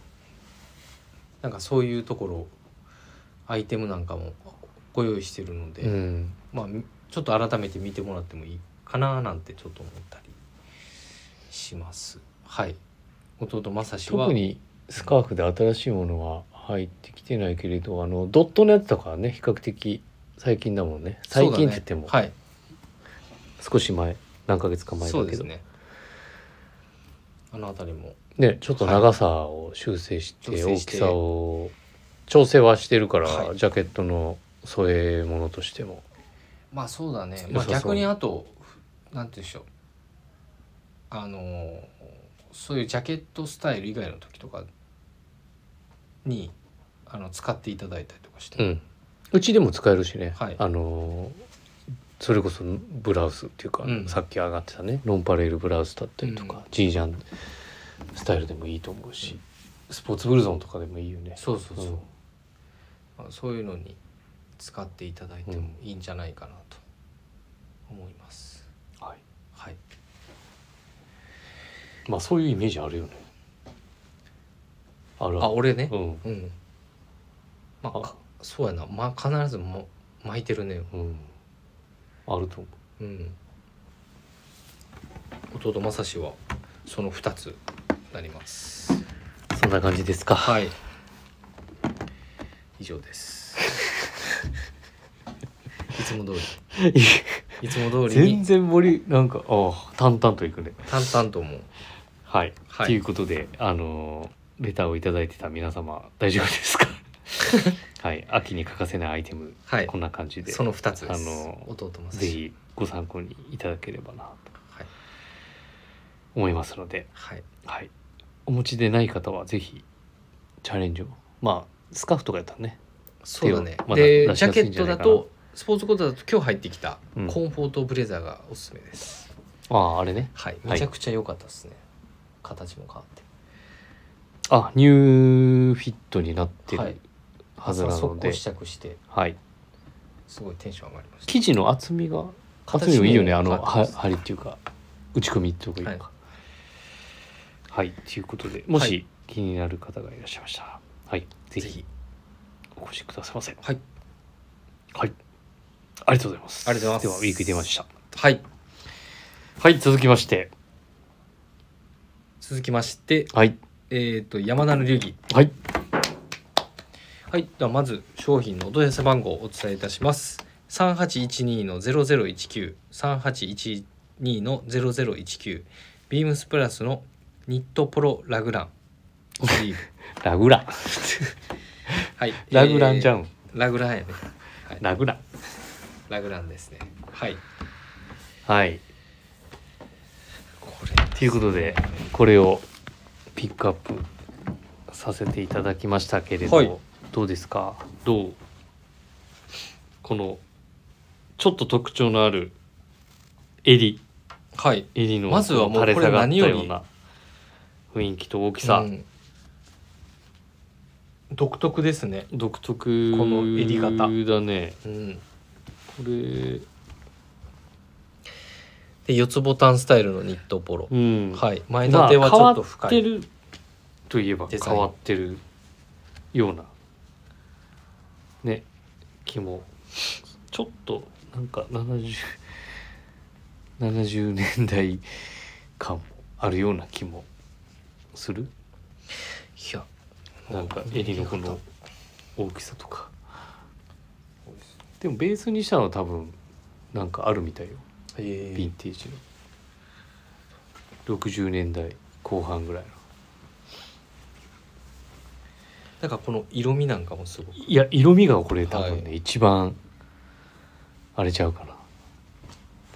Speaker 1: なんかそういうところアイテムなんかもご用意してるので、
Speaker 2: うん
Speaker 1: まあちょっと改めて見てもらってもいいかななんてちょっと思ったりします。はい弟正志は
Speaker 2: 特にスカーフで新しいものは入ってきてないけれどあのドットのやつとかはね比較的最近だもんね最近って言っても、
Speaker 1: そうだね
Speaker 2: 少し前何ヶ月か
Speaker 1: はい
Speaker 2: 前
Speaker 1: そう
Speaker 2: だ
Speaker 1: で
Speaker 2: け
Speaker 1: す
Speaker 2: ど
Speaker 1: ねあの辺りも
Speaker 2: ねちょっと長さを修正して、
Speaker 1: はい
Speaker 2: 大
Speaker 1: 修正して
Speaker 2: きさを調整はしてるから、
Speaker 1: はい
Speaker 2: ジャケットの添え物としても
Speaker 1: まあそうだね、
Speaker 2: 良
Speaker 1: ま
Speaker 2: さ
Speaker 1: あ、
Speaker 2: そう
Speaker 1: 逆にあとなんて言うんでしょうあのーそういうジャケットスタイル以外の時とかにあの使っていただいたりとかして、
Speaker 2: うんうちでも使えるしね、
Speaker 1: はい
Speaker 2: あのそれこそブラウスっていうか、
Speaker 1: うん
Speaker 2: さっき上がってたねロンパレールブラウスだったりとか、
Speaker 1: うん
Speaker 2: G ジャンスタイルでもいいと思うし、スポーツブルゾンとかでもいいよね
Speaker 1: そうそうそう、
Speaker 2: うん
Speaker 1: まあ、そういうのに使っていただいてもいいんじゃないかなと思います、
Speaker 2: はい、
Speaker 1: はい
Speaker 2: まあそういうイメージあるよねある
Speaker 1: あ俺ね
Speaker 2: うん
Speaker 1: うんまあ
Speaker 2: あ
Speaker 1: かそうやな、まあ、必ずも巻いてるね
Speaker 2: うんあると思う
Speaker 1: うん、弟正志はその2つなります
Speaker 2: そんな感じですか
Speaker 1: はい以上です いつも通りいつも通り
Speaker 2: 全
Speaker 1: に
Speaker 2: 然森なんかああ淡々といくね
Speaker 1: 淡々ともう
Speaker 2: はい、
Speaker 1: はい
Speaker 2: ということであのーレターをいただいてた皆様大丈夫で すかはい秋に欠かせないアイテム、
Speaker 1: はい
Speaker 2: こんな感じで
Speaker 1: その2つです、
Speaker 2: あの
Speaker 1: 弟正
Speaker 2: ぜ
Speaker 1: 志
Speaker 2: ひご参考にいただければなと
Speaker 1: はい、
Speaker 2: 思いますので、
Speaker 1: はい、
Speaker 2: はい、お持ちでない方はぜひチャレンジをまあスカーフとかやったらね
Speaker 1: そうだね
Speaker 2: まだ
Speaker 1: で
Speaker 2: 出し
Speaker 1: ジャ
Speaker 2: やす
Speaker 1: ケ
Speaker 2: い
Speaker 1: ッ
Speaker 2: んじゃ
Speaker 1: ト
Speaker 2: ない
Speaker 1: だ
Speaker 2: かな
Speaker 1: とスポーツコートだと今日入ってきた
Speaker 2: うん
Speaker 1: コンフォートブレザーがおすすめです、
Speaker 2: あああれね
Speaker 1: はい
Speaker 2: はい
Speaker 1: めちゃくちゃ良かったですね、形も変わって
Speaker 2: あニューフィットになって
Speaker 1: は
Speaker 2: る
Speaker 1: い
Speaker 2: はずな
Speaker 1: 速
Speaker 2: の
Speaker 1: 攻
Speaker 2: で、はい
Speaker 1: 試着してすごいテンション上がりました
Speaker 2: 生地の厚みが厚みもいいよねあのは針っていうか打ち込みっていうかいいのかはい、ということでも
Speaker 1: は
Speaker 2: し
Speaker 1: い
Speaker 2: 気になる方がいらっしゃいましたらはい、ぜ
Speaker 1: ぜ
Speaker 2: ひ
Speaker 1: ひ
Speaker 2: お越しくださいませ
Speaker 1: はい
Speaker 2: はいありがとうございます
Speaker 1: ありがとうございます
Speaker 2: ではウィーク出ました
Speaker 1: はい
Speaker 2: はい続きまして
Speaker 1: 続きまして
Speaker 2: はい
Speaker 1: えっ、と山田の流儀
Speaker 2: はい
Speaker 1: はいではまず商品のお問い合わせ番号をお伝えいたします三八一二のゼロゼロ一九三八一二のゼロゼロ一九ビームスプラスのニットポロラグランス リーブ
Speaker 2: ラグラン
Speaker 1: はい
Speaker 2: ラグランじゃ
Speaker 1: ん、
Speaker 2: ん、
Speaker 1: えーラグランやねはい
Speaker 2: ラグラン
Speaker 1: ラグランですねはい
Speaker 2: はい
Speaker 1: これ
Speaker 2: ということでこれをピックアップさせていただきましたけれど、
Speaker 1: はい
Speaker 2: どうですかどうこのちょっと特徴のある襟
Speaker 1: はい
Speaker 2: 襟の
Speaker 1: まずはもう
Speaker 2: 垂れ下がった
Speaker 1: これ
Speaker 2: よう
Speaker 1: 何
Speaker 2: な雰囲気と大きさ、
Speaker 1: うん独特ですね
Speaker 2: 独特
Speaker 1: この襟型
Speaker 2: だね
Speaker 1: うん
Speaker 2: これ
Speaker 1: で四つボタンスタイルのニットポロ、
Speaker 2: うん
Speaker 1: はい前立てはちょっと
Speaker 2: まあ
Speaker 1: 深
Speaker 2: 変
Speaker 1: い、
Speaker 2: わってるといえば
Speaker 1: デザイン
Speaker 2: 変わってるようなね気もちょっとなんか7070年代感もあるような気もする
Speaker 1: いや
Speaker 2: なんか襟のこの大きさとかでもベースにしたのは多分なんかあるみたいよ
Speaker 1: え
Speaker 2: ヴィ
Speaker 1: ー
Speaker 2: ンテージの60年代後半ぐらいの
Speaker 1: なんかこの色味なんかもすごく
Speaker 2: いや色味がこれ多分
Speaker 1: は
Speaker 2: ね、一番あれちゃうかな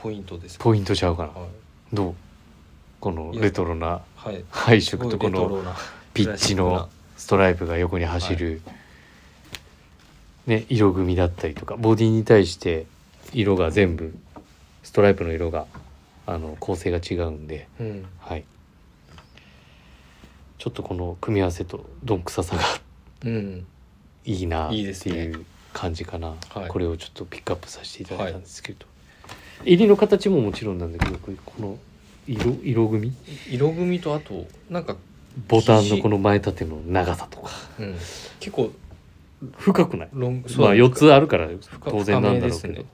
Speaker 1: ポイントですね
Speaker 2: ポイントちゃうかな
Speaker 1: は
Speaker 2: どうこの
Speaker 1: いや、
Speaker 2: レトロない
Speaker 1: はい、
Speaker 2: 配
Speaker 1: すご
Speaker 2: 色
Speaker 1: い
Speaker 2: と
Speaker 1: レ
Speaker 2: こ
Speaker 1: ト
Speaker 2: の
Speaker 1: ロな
Speaker 2: ピッチのストライプが横に走る、ね、色組みだったりとかボディに対して色が全部ストライプの色があの構成が違うんで、
Speaker 1: うん
Speaker 2: はい、ちょっとこの組み合わせとどんくささが
Speaker 1: うん
Speaker 2: いいなって
Speaker 1: いいですね
Speaker 2: いう感じかな
Speaker 1: はい
Speaker 2: これをちょっとピックアップさせていただいたんですけど、襟の形ももちろんなんだけどこれこの色色組み
Speaker 1: 色組とあとなんか、
Speaker 2: ボタンのこの前立ての長さとか
Speaker 1: うん、結構
Speaker 2: 深くない
Speaker 1: ロング
Speaker 2: まあ4つあるから
Speaker 1: 深
Speaker 2: 当然なんだろう
Speaker 1: 深
Speaker 2: け
Speaker 1: め
Speaker 2: ど
Speaker 1: です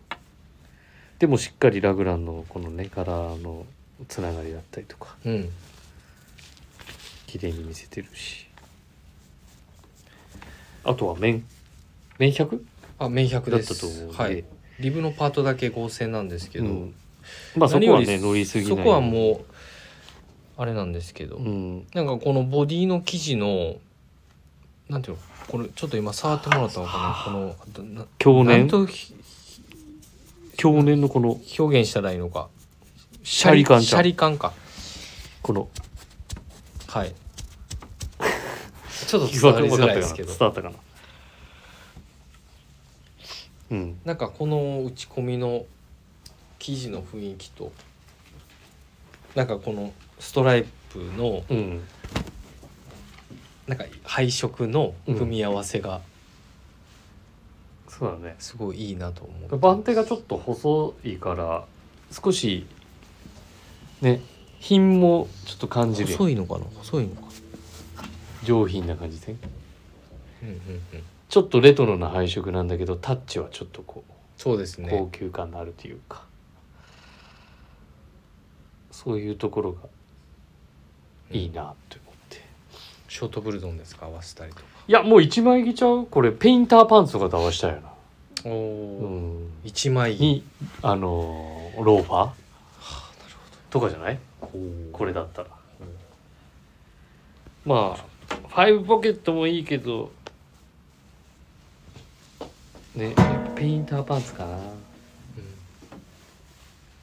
Speaker 2: で,、
Speaker 1: ね
Speaker 2: もしっかりラグランのこのね柄のつながりだったりとか
Speaker 1: うん
Speaker 2: 綺麗に見せてるしあとは面面 100?
Speaker 1: あ明白
Speaker 2: だっ
Speaker 1: で
Speaker 2: た
Speaker 1: す
Speaker 2: と思うんで、
Speaker 1: はい、リブのパートだけ合成なんですけ
Speaker 2: う
Speaker 1: ど、
Speaker 2: ん、まあそこはね乗りすぎない
Speaker 1: そこはもうあれなんですけど、
Speaker 2: うん、
Speaker 1: なんかこのボディの生地のなんていうのこれちょっと今触ってもらったのかなこのあとな
Speaker 2: 去
Speaker 1: なん
Speaker 2: 年
Speaker 1: とひ
Speaker 2: 去年のこの
Speaker 1: 表現したらいいのか
Speaker 2: シャリ感
Speaker 1: シ
Speaker 2: ちゃ
Speaker 1: ャ
Speaker 2: ん
Speaker 1: リ感か
Speaker 2: この
Speaker 1: はいちょっと伝
Speaker 2: 分
Speaker 1: わ
Speaker 2: か
Speaker 1: り
Speaker 2: 分
Speaker 1: づ
Speaker 2: かっ
Speaker 1: ら
Speaker 2: た
Speaker 1: いで
Speaker 2: かな
Speaker 1: すけ
Speaker 2: 伝
Speaker 1: ど
Speaker 2: わったかなうん
Speaker 1: なんかこの打ち込みの生地の雰囲気となんかこのストライプの
Speaker 2: うん
Speaker 1: なんか配色の組み合わせが
Speaker 2: そうだね
Speaker 1: すごいいいなと思う、
Speaker 2: 番手がちょっと細いから少しね品もちょっと感じる
Speaker 1: 細いのかな細いのか
Speaker 2: 上品な感じで
Speaker 1: うんうんうん
Speaker 2: ちょっとレトロな配色なんだけどタッチはちょっとこ
Speaker 1: そうです
Speaker 2: う
Speaker 1: ね
Speaker 2: 高級感のあるというか、そういうところがいいなと思って、
Speaker 1: ショートブルゾンですか合わせたりとか
Speaker 2: いやもう一枚着ちゃうこれペインターパンツとかと合わしたいよな
Speaker 1: お
Speaker 2: う
Speaker 1: お、
Speaker 2: ん
Speaker 1: 一枚着
Speaker 2: にあのーローファーとかじゃないこれだったらまあファイブポケットもいいけどねやっぱペインターパンツかな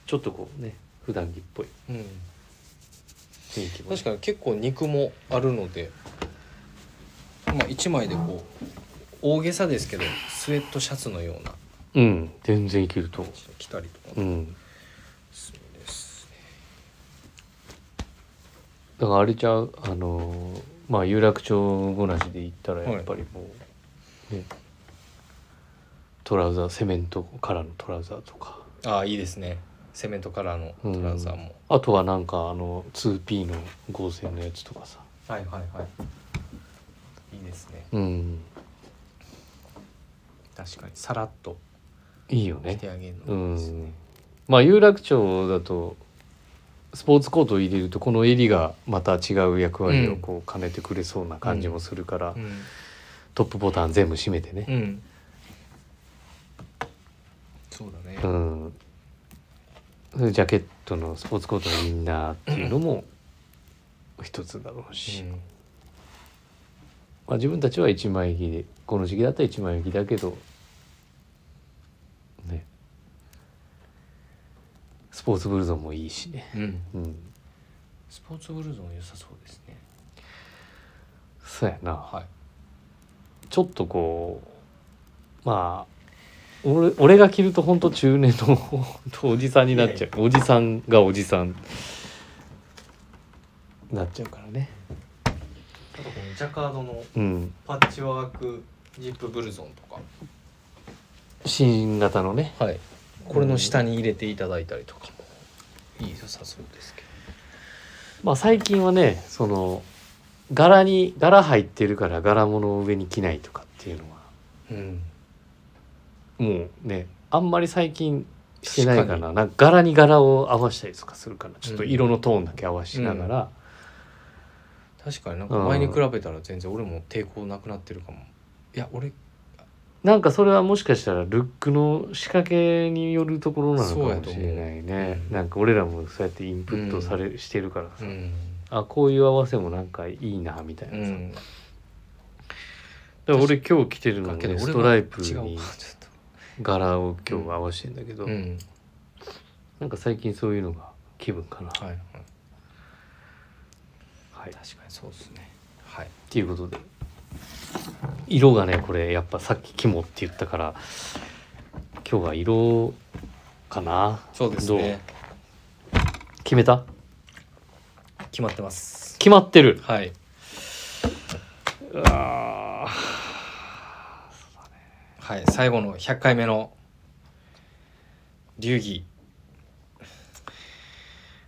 Speaker 2: ちょっとこうね普段着っぽい
Speaker 1: うん、うん、
Speaker 2: 雰囲気もね、
Speaker 1: 確かに結構肉もあるのでまあ一枚でこう大げさですけどスウェットシャツのような
Speaker 2: うん全然いけると思
Speaker 1: 着たりとか
Speaker 2: ううん
Speaker 1: するんですね
Speaker 2: だからあれちゃうあのーまあ有楽町ごなしで行ったらやっぱりもう、ねトラウザーセメントカラーのトラウザーとか
Speaker 1: ああいいですねセメントカラーのトラウザーも、
Speaker 2: あとはなんかあの 2P の合成のやつとかさ
Speaker 1: はいはいはいいいですね
Speaker 2: うん
Speaker 1: 確かにさらっと
Speaker 2: いいよ
Speaker 1: 着
Speaker 2: ね
Speaker 1: てあげる
Speaker 2: う
Speaker 1: のいいですね
Speaker 2: んまあ有楽町だとスポーツコートを入れるとこの襟がまた違う役割をこう兼ねてくれそうな感じもするから、
Speaker 1: うん
Speaker 2: トップボタン全部閉めてね
Speaker 1: う、んそうだね、
Speaker 2: うん、それジャケットのスポーツコートのインナーっていうのも一つだろうし、
Speaker 1: うん
Speaker 2: まあ、自分たちは一枚着でこの時期だったら一枚着だけどねスポーツブルゾンもいいしね、
Speaker 1: うん、
Speaker 2: うん、
Speaker 1: スポーツブルーゾーン良さそうですね
Speaker 2: そうやな
Speaker 1: はい
Speaker 2: ちょっとこうまあ俺俺が着ると本当中年のほんとおじさんになっちゃうおじさんがおじさんなっちゃうからね
Speaker 1: あとこのジャカードの
Speaker 2: うん
Speaker 1: パッチワークジップブルゾンとか
Speaker 2: 新型のね
Speaker 1: はいこれの下に入れていただいたりとかもいい良さそうですけ
Speaker 2: まあ最近はねその柄に柄入ってるから柄物を上に着ないとかっていうのは
Speaker 1: どうん
Speaker 2: もうねあんまり最近してないか
Speaker 1: 確
Speaker 2: な
Speaker 1: か
Speaker 2: なんか柄に柄を合わせたりとかするからちょっと色のトーンだけ合わしながら、
Speaker 1: 確かになんか前に比べたら全然俺も抵抗なくなってるかもいや俺
Speaker 2: なんかそれはもしかしたらルックの仕掛けによるところなのかもしれない
Speaker 1: そうやと
Speaker 2: ね
Speaker 1: 思、う
Speaker 2: なんか俺らもそうやってインプットされ、してるから
Speaker 1: う
Speaker 2: さ、
Speaker 1: ん、
Speaker 2: あこういう合わせもなんかいいなみたいうなさ、だか
Speaker 1: ん、
Speaker 2: ら俺今日着てるのも
Speaker 1: だ
Speaker 2: ね
Speaker 1: けど俺は
Speaker 2: ストライプ
Speaker 1: 違うわ
Speaker 2: に
Speaker 1: ちょっ
Speaker 2: 柄を今日合わせてんだけど、
Speaker 1: とうん
Speaker 2: なんか最近そういうのが気分かな、
Speaker 1: はい、はい、
Speaker 2: はい、っ
Speaker 1: 確かにそうですねはい
Speaker 2: ていうことで色がねこれやっぱさっき肝って言ったから今日は色かな
Speaker 1: そうですね
Speaker 2: どう決めた
Speaker 1: 決まってます
Speaker 2: 決まってる
Speaker 1: はい
Speaker 2: あ
Speaker 1: はい最後の100回目の流儀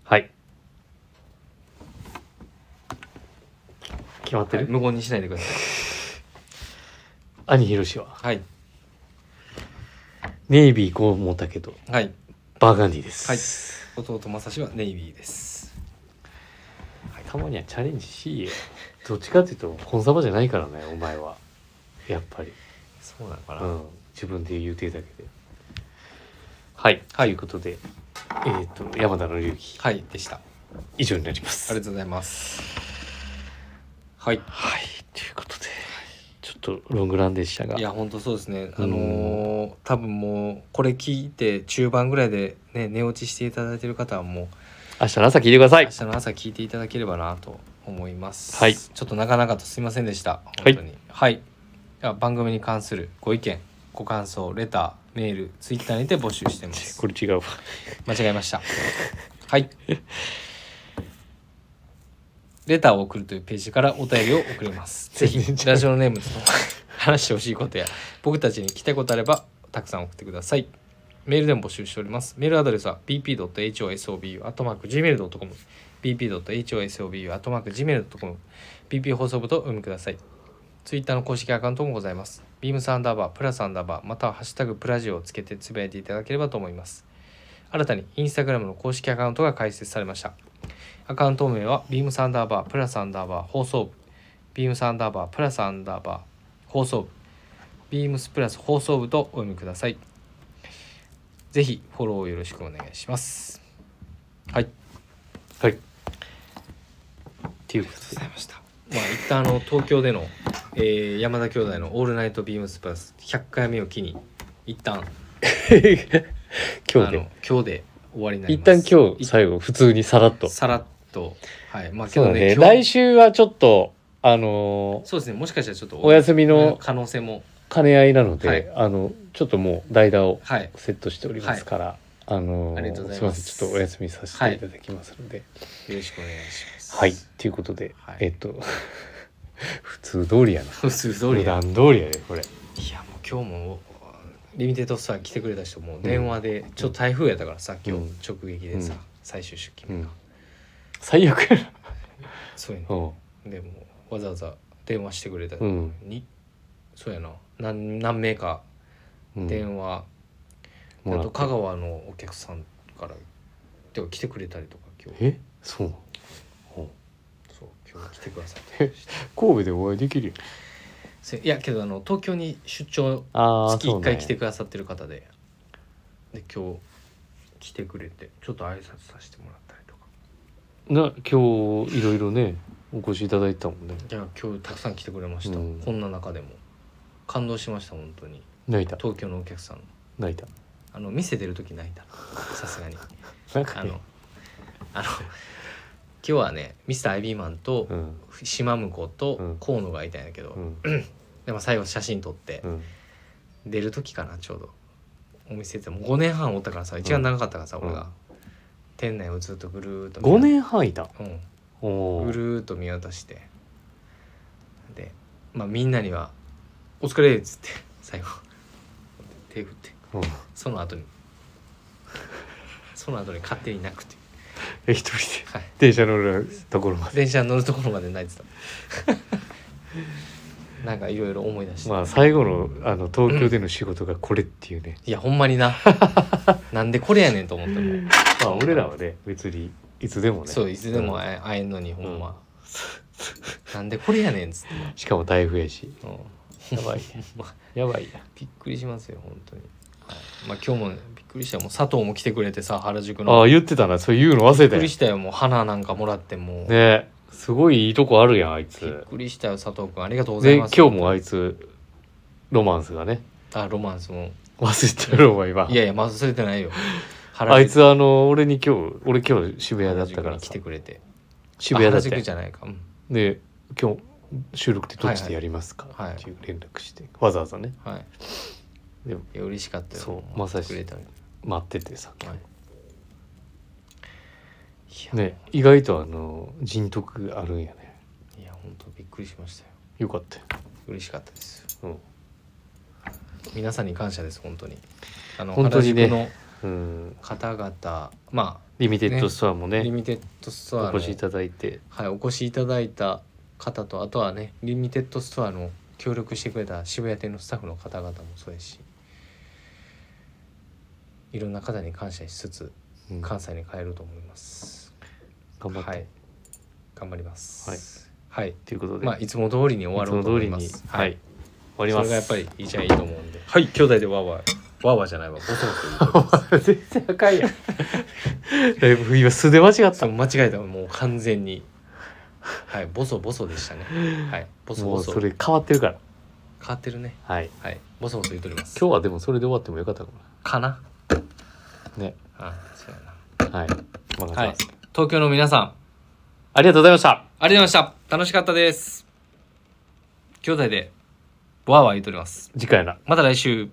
Speaker 2: はい決まって
Speaker 1: はい
Speaker 2: る、
Speaker 1: 無言にしないでください
Speaker 2: 兄ひろしは
Speaker 1: はい
Speaker 2: ネイビーこう思ったけど
Speaker 1: はい
Speaker 2: バーガンディで
Speaker 1: はい
Speaker 2: す、
Speaker 1: 弟正志はネイビーです
Speaker 2: はい、たまにはチャレンジしいやどっちかっていうとコンサバじゃないからねお前はやっぱり、
Speaker 1: そうなのか
Speaker 2: うん、自分で言うてるだけではい、
Speaker 1: はい
Speaker 2: ということでえっ、と山田の流儀
Speaker 1: はいでしたあ
Speaker 2: 以上になります
Speaker 1: りがとうございますはい
Speaker 2: はいということでちょっとロングランでしたが
Speaker 1: いや本当そうですねあ
Speaker 2: うん
Speaker 1: のー多分もうこれ聞いて中盤ぐらいでね寝落ちしていただいてる方はもう
Speaker 2: 明日の朝聞いてください
Speaker 1: 明日の朝聞いていただければなと思います。
Speaker 2: はい
Speaker 1: ちょっとなかなかとすいませんでした。
Speaker 2: い
Speaker 1: 本当に。はい。では番組に関するご意見、ご感想、レター、メール、ツイッターにて募集してます。
Speaker 2: これ違うわ
Speaker 1: 間違えました。はい。レターを送るというページからお便りを送ります。ぜ
Speaker 2: 全然違
Speaker 1: ひ、
Speaker 2: う
Speaker 1: ラジオネームと話してほしいことや、僕たちに聞きたいことあれば、たくさん送ってください。メールでも募集しております。メールアドレスは bp.hosobu.gmail.com bp.hosobu.gmail.com bp 放送部とお読みください。ツイッターの公式アカウントもございます。ビームサンダーバー、プラサンダーバー、またはハッシュタグプラジオをつけてつぶやいていただければと思います。新たにインスタグラムの公式アカウントが開設されました。アカウント名はビームサンダーバー、プラサンダーバー、放送部、ビームサンダーバー、プラサンダーバー、放送部、ビームスプラス放送部とお読みください。ぜひフォローよろしくお願いします。はい。
Speaker 2: はい。っていうこと
Speaker 1: ご
Speaker 2: で
Speaker 1: ざいました。まあ一旦あの東京での、えー山田兄弟の「オールナイトビームスプラス」100回目を機に一旦
Speaker 2: 今日
Speaker 1: あ
Speaker 2: で
Speaker 1: の今日で終わりになり
Speaker 2: 一
Speaker 1: ます
Speaker 2: 旦今日最後普通にさらっと
Speaker 1: いさらっとはいまあけ
Speaker 2: そう
Speaker 1: ど
Speaker 2: だ
Speaker 1: ね
Speaker 2: ね
Speaker 1: 今日
Speaker 2: 来週はちょっとあのー
Speaker 1: そうですねもしかしたらちょっと
Speaker 2: お休みの
Speaker 1: 可能性も
Speaker 2: 兼ね合いなので、
Speaker 1: はい
Speaker 2: あのちょっともう代打を
Speaker 1: はい
Speaker 2: セットしておりますから、あのー
Speaker 1: ありがとうござい
Speaker 2: みま
Speaker 1: ま
Speaker 2: せん
Speaker 1: す
Speaker 2: ちょっとお休みさせていただきますので
Speaker 1: よろしくお願いします
Speaker 2: はいということで、
Speaker 1: はい
Speaker 2: えっと 普通通りやな
Speaker 1: 普通通
Speaker 2: 普
Speaker 1: りだ
Speaker 2: 段通りやねこれ
Speaker 1: いやもう今日もリミテッドストア来てくれた人も電話で、ちょっと台風やったからさ今
Speaker 2: うん
Speaker 1: 日直撃でさ、
Speaker 2: うん
Speaker 1: 最終出
Speaker 2: う
Speaker 1: 勤
Speaker 2: ん
Speaker 1: が、
Speaker 2: 最悪やな
Speaker 1: そういうの
Speaker 2: うん
Speaker 1: でもわざわざ電話してくれた
Speaker 2: う
Speaker 1: の
Speaker 2: ん
Speaker 1: に、そうやな何何名か
Speaker 2: うん
Speaker 1: 電話、
Speaker 2: も
Speaker 1: あ
Speaker 2: らっ
Speaker 1: と
Speaker 2: て
Speaker 1: 香川のお客さんからでも来てくれたりとか今日
Speaker 2: えそうなのうん
Speaker 1: そう今日来てくださって
Speaker 2: 神戸でお会いできるよ
Speaker 1: せいやけどあの東京に出張
Speaker 2: ああ
Speaker 1: 月1回来て
Speaker 2: く
Speaker 1: くださってる方でで今日来てくれてちょっと挨拶させてもらったりとか
Speaker 2: な今日いろいろねお越しいただいたもんね
Speaker 1: いや今日たくさん来てくれました、
Speaker 2: うん
Speaker 1: こんな中でも感動しました本当に
Speaker 2: 泣いた
Speaker 1: 東京のお客さん
Speaker 2: 泣いた
Speaker 1: あの店出る時泣いたさすがに
Speaker 2: なん
Speaker 1: あ
Speaker 2: かね
Speaker 1: のあの日はねミスターアイビーマンと
Speaker 2: うん
Speaker 1: 島婿
Speaker 2: う
Speaker 1: と
Speaker 2: ん
Speaker 1: 河野がいたんやけど、
Speaker 2: うん
Speaker 1: でも最後写真撮って
Speaker 2: うん
Speaker 1: 出る時かなちょうどお店でもう5年半おったからさ一番長かったからさ、俺
Speaker 2: うん
Speaker 1: が店内をずっとぐるーっと見
Speaker 2: 5年半いた
Speaker 1: うん
Speaker 2: お
Speaker 1: ぐ
Speaker 2: ー
Speaker 1: るーっと見渡してで、まあ、みんなには「お疲れ」っつって最後手振って
Speaker 2: うん
Speaker 1: その後にその後に勝手に泣くってい
Speaker 2: え一人
Speaker 1: う、はい、
Speaker 2: で電車乗るところまで
Speaker 1: 電車に乗るところまで泣いて たなんかいろいろ思い出して、
Speaker 2: まあ最後のあの東京での仕事がこれっていうね、
Speaker 1: いやほんまにななんでこれやねんと思ってもう
Speaker 2: まあ俺らはね別にいつでもね
Speaker 1: そういつでも
Speaker 2: うん
Speaker 1: 会え会えんのにほんま、なんでこれやねんっつって
Speaker 2: しかも台風やし
Speaker 1: な、うん
Speaker 2: や ばい
Speaker 1: ま
Speaker 2: やばいや
Speaker 1: びっくりしますよ本当に、はいまあ今日もびっくりしたよもう佐藤も来てくれてさ原宿の
Speaker 2: ああ言ってたなそう言うの忘れ
Speaker 1: びったく
Speaker 2: よ
Speaker 1: り
Speaker 2: ね
Speaker 1: したよもう花なんかもらってもう、
Speaker 2: えすごいいいとこあるやんあい
Speaker 1: びっ
Speaker 2: つ
Speaker 1: くりしたよ佐藤君ありがとうござ
Speaker 2: で
Speaker 1: い
Speaker 2: 今
Speaker 1: ます
Speaker 2: 日もあいつロマンスがね
Speaker 1: あロマンスも
Speaker 2: 忘れてるお前今
Speaker 1: いやいやまあ忘れてないよ原
Speaker 2: あいつあの俺に今日俺今日渋谷だったから
Speaker 1: 原宿に来
Speaker 2: さ
Speaker 1: てくれて
Speaker 2: 渋谷だっ
Speaker 1: あ原宿
Speaker 2: た
Speaker 1: じ
Speaker 2: よ
Speaker 1: ゃないか、うん
Speaker 2: で今日収録ってどっちでやりますか
Speaker 1: はいはい
Speaker 2: っていう連絡してわざわざね
Speaker 1: はい
Speaker 2: で
Speaker 1: いや嬉しかったよ
Speaker 2: そう
Speaker 1: も
Speaker 2: まさ
Speaker 1: 来
Speaker 2: し
Speaker 1: てくれたのに
Speaker 2: 待っててさ
Speaker 1: はいいや
Speaker 2: ね意外とあの人徳あるんやね
Speaker 1: いや本当びっくりしましたよ
Speaker 2: よかったよ
Speaker 1: 嬉しかったです
Speaker 2: うん
Speaker 1: 皆さんに感謝です本当にあの
Speaker 2: 本当にね
Speaker 1: 原
Speaker 2: うん
Speaker 1: 宿の方々ま
Speaker 2: リミテッドストアも
Speaker 1: あ、
Speaker 2: ね
Speaker 1: リミテッドストア
Speaker 2: お
Speaker 1: の
Speaker 2: 越しいただいて
Speaker 1: はい、お越しいただいた方とあとはねリミテッドストアの協力してくれた渋谷店のスタッフの方々もそうやしいろんな方に感謝しつつ
Speaker 2: うん
Speaker 1: 関西に帰ると思います、
Speaker 2: 頑張って、
Speaker 1: はい頑張りますはい、
Speaker 2: ということで、
Speaker 1: まあいつも通りに終わ
Speaker 2: いつ
Speaker 1: ろ
Speaker 2: も
Speaker 1: うと思
Speaker 2: 通
Speaker 1: い
Speaker 2: り
Speaker 1: ま
Speaker 2: に、
Speaker 1: す
Speaker 2: はい、終わり
Speaker 1: そ
Speaker 2: ま
Speaker 1: れ
Speaker 2: す。
Speaker 1: がやっぱり一番いいと思うんではい兄弟でわーわーわーわーじゃないわボソボソ言うと思います
Speaker 2: 全然赤いやん。 だいぶ今素で間違っ
Speaker 1: そ
Speaker 2: た。
Speaker 1: う間違えたもう完全にはいボソボソでしたねはいボソ
Speaker 2: も
Speaker 1: ボ
Speaker 2: う
Speaker 1: ソ
Speaker 2: そ
Speaker 1: 変
Speaker 2: れ変わってるから。
Speaker 1: わってるね
Speaker 2: はい。
Speaker 1: はいボソボソ言っております
Speaker 2: 今日はでもそれで終わってもよかったか
Speaker 1: かな
Speaker 2: な。ね。
Speaker 1: あそうやな
Speaker 2: はい。お願いします。
Speaker 1: 東京の皆さん
Speaker 2: ありがとうございました。
Speaker 1: ありがとうございました楽しかったです兄弟でわーわー言うとります
Speaker 2: 次回な。
Speaker 1: また来週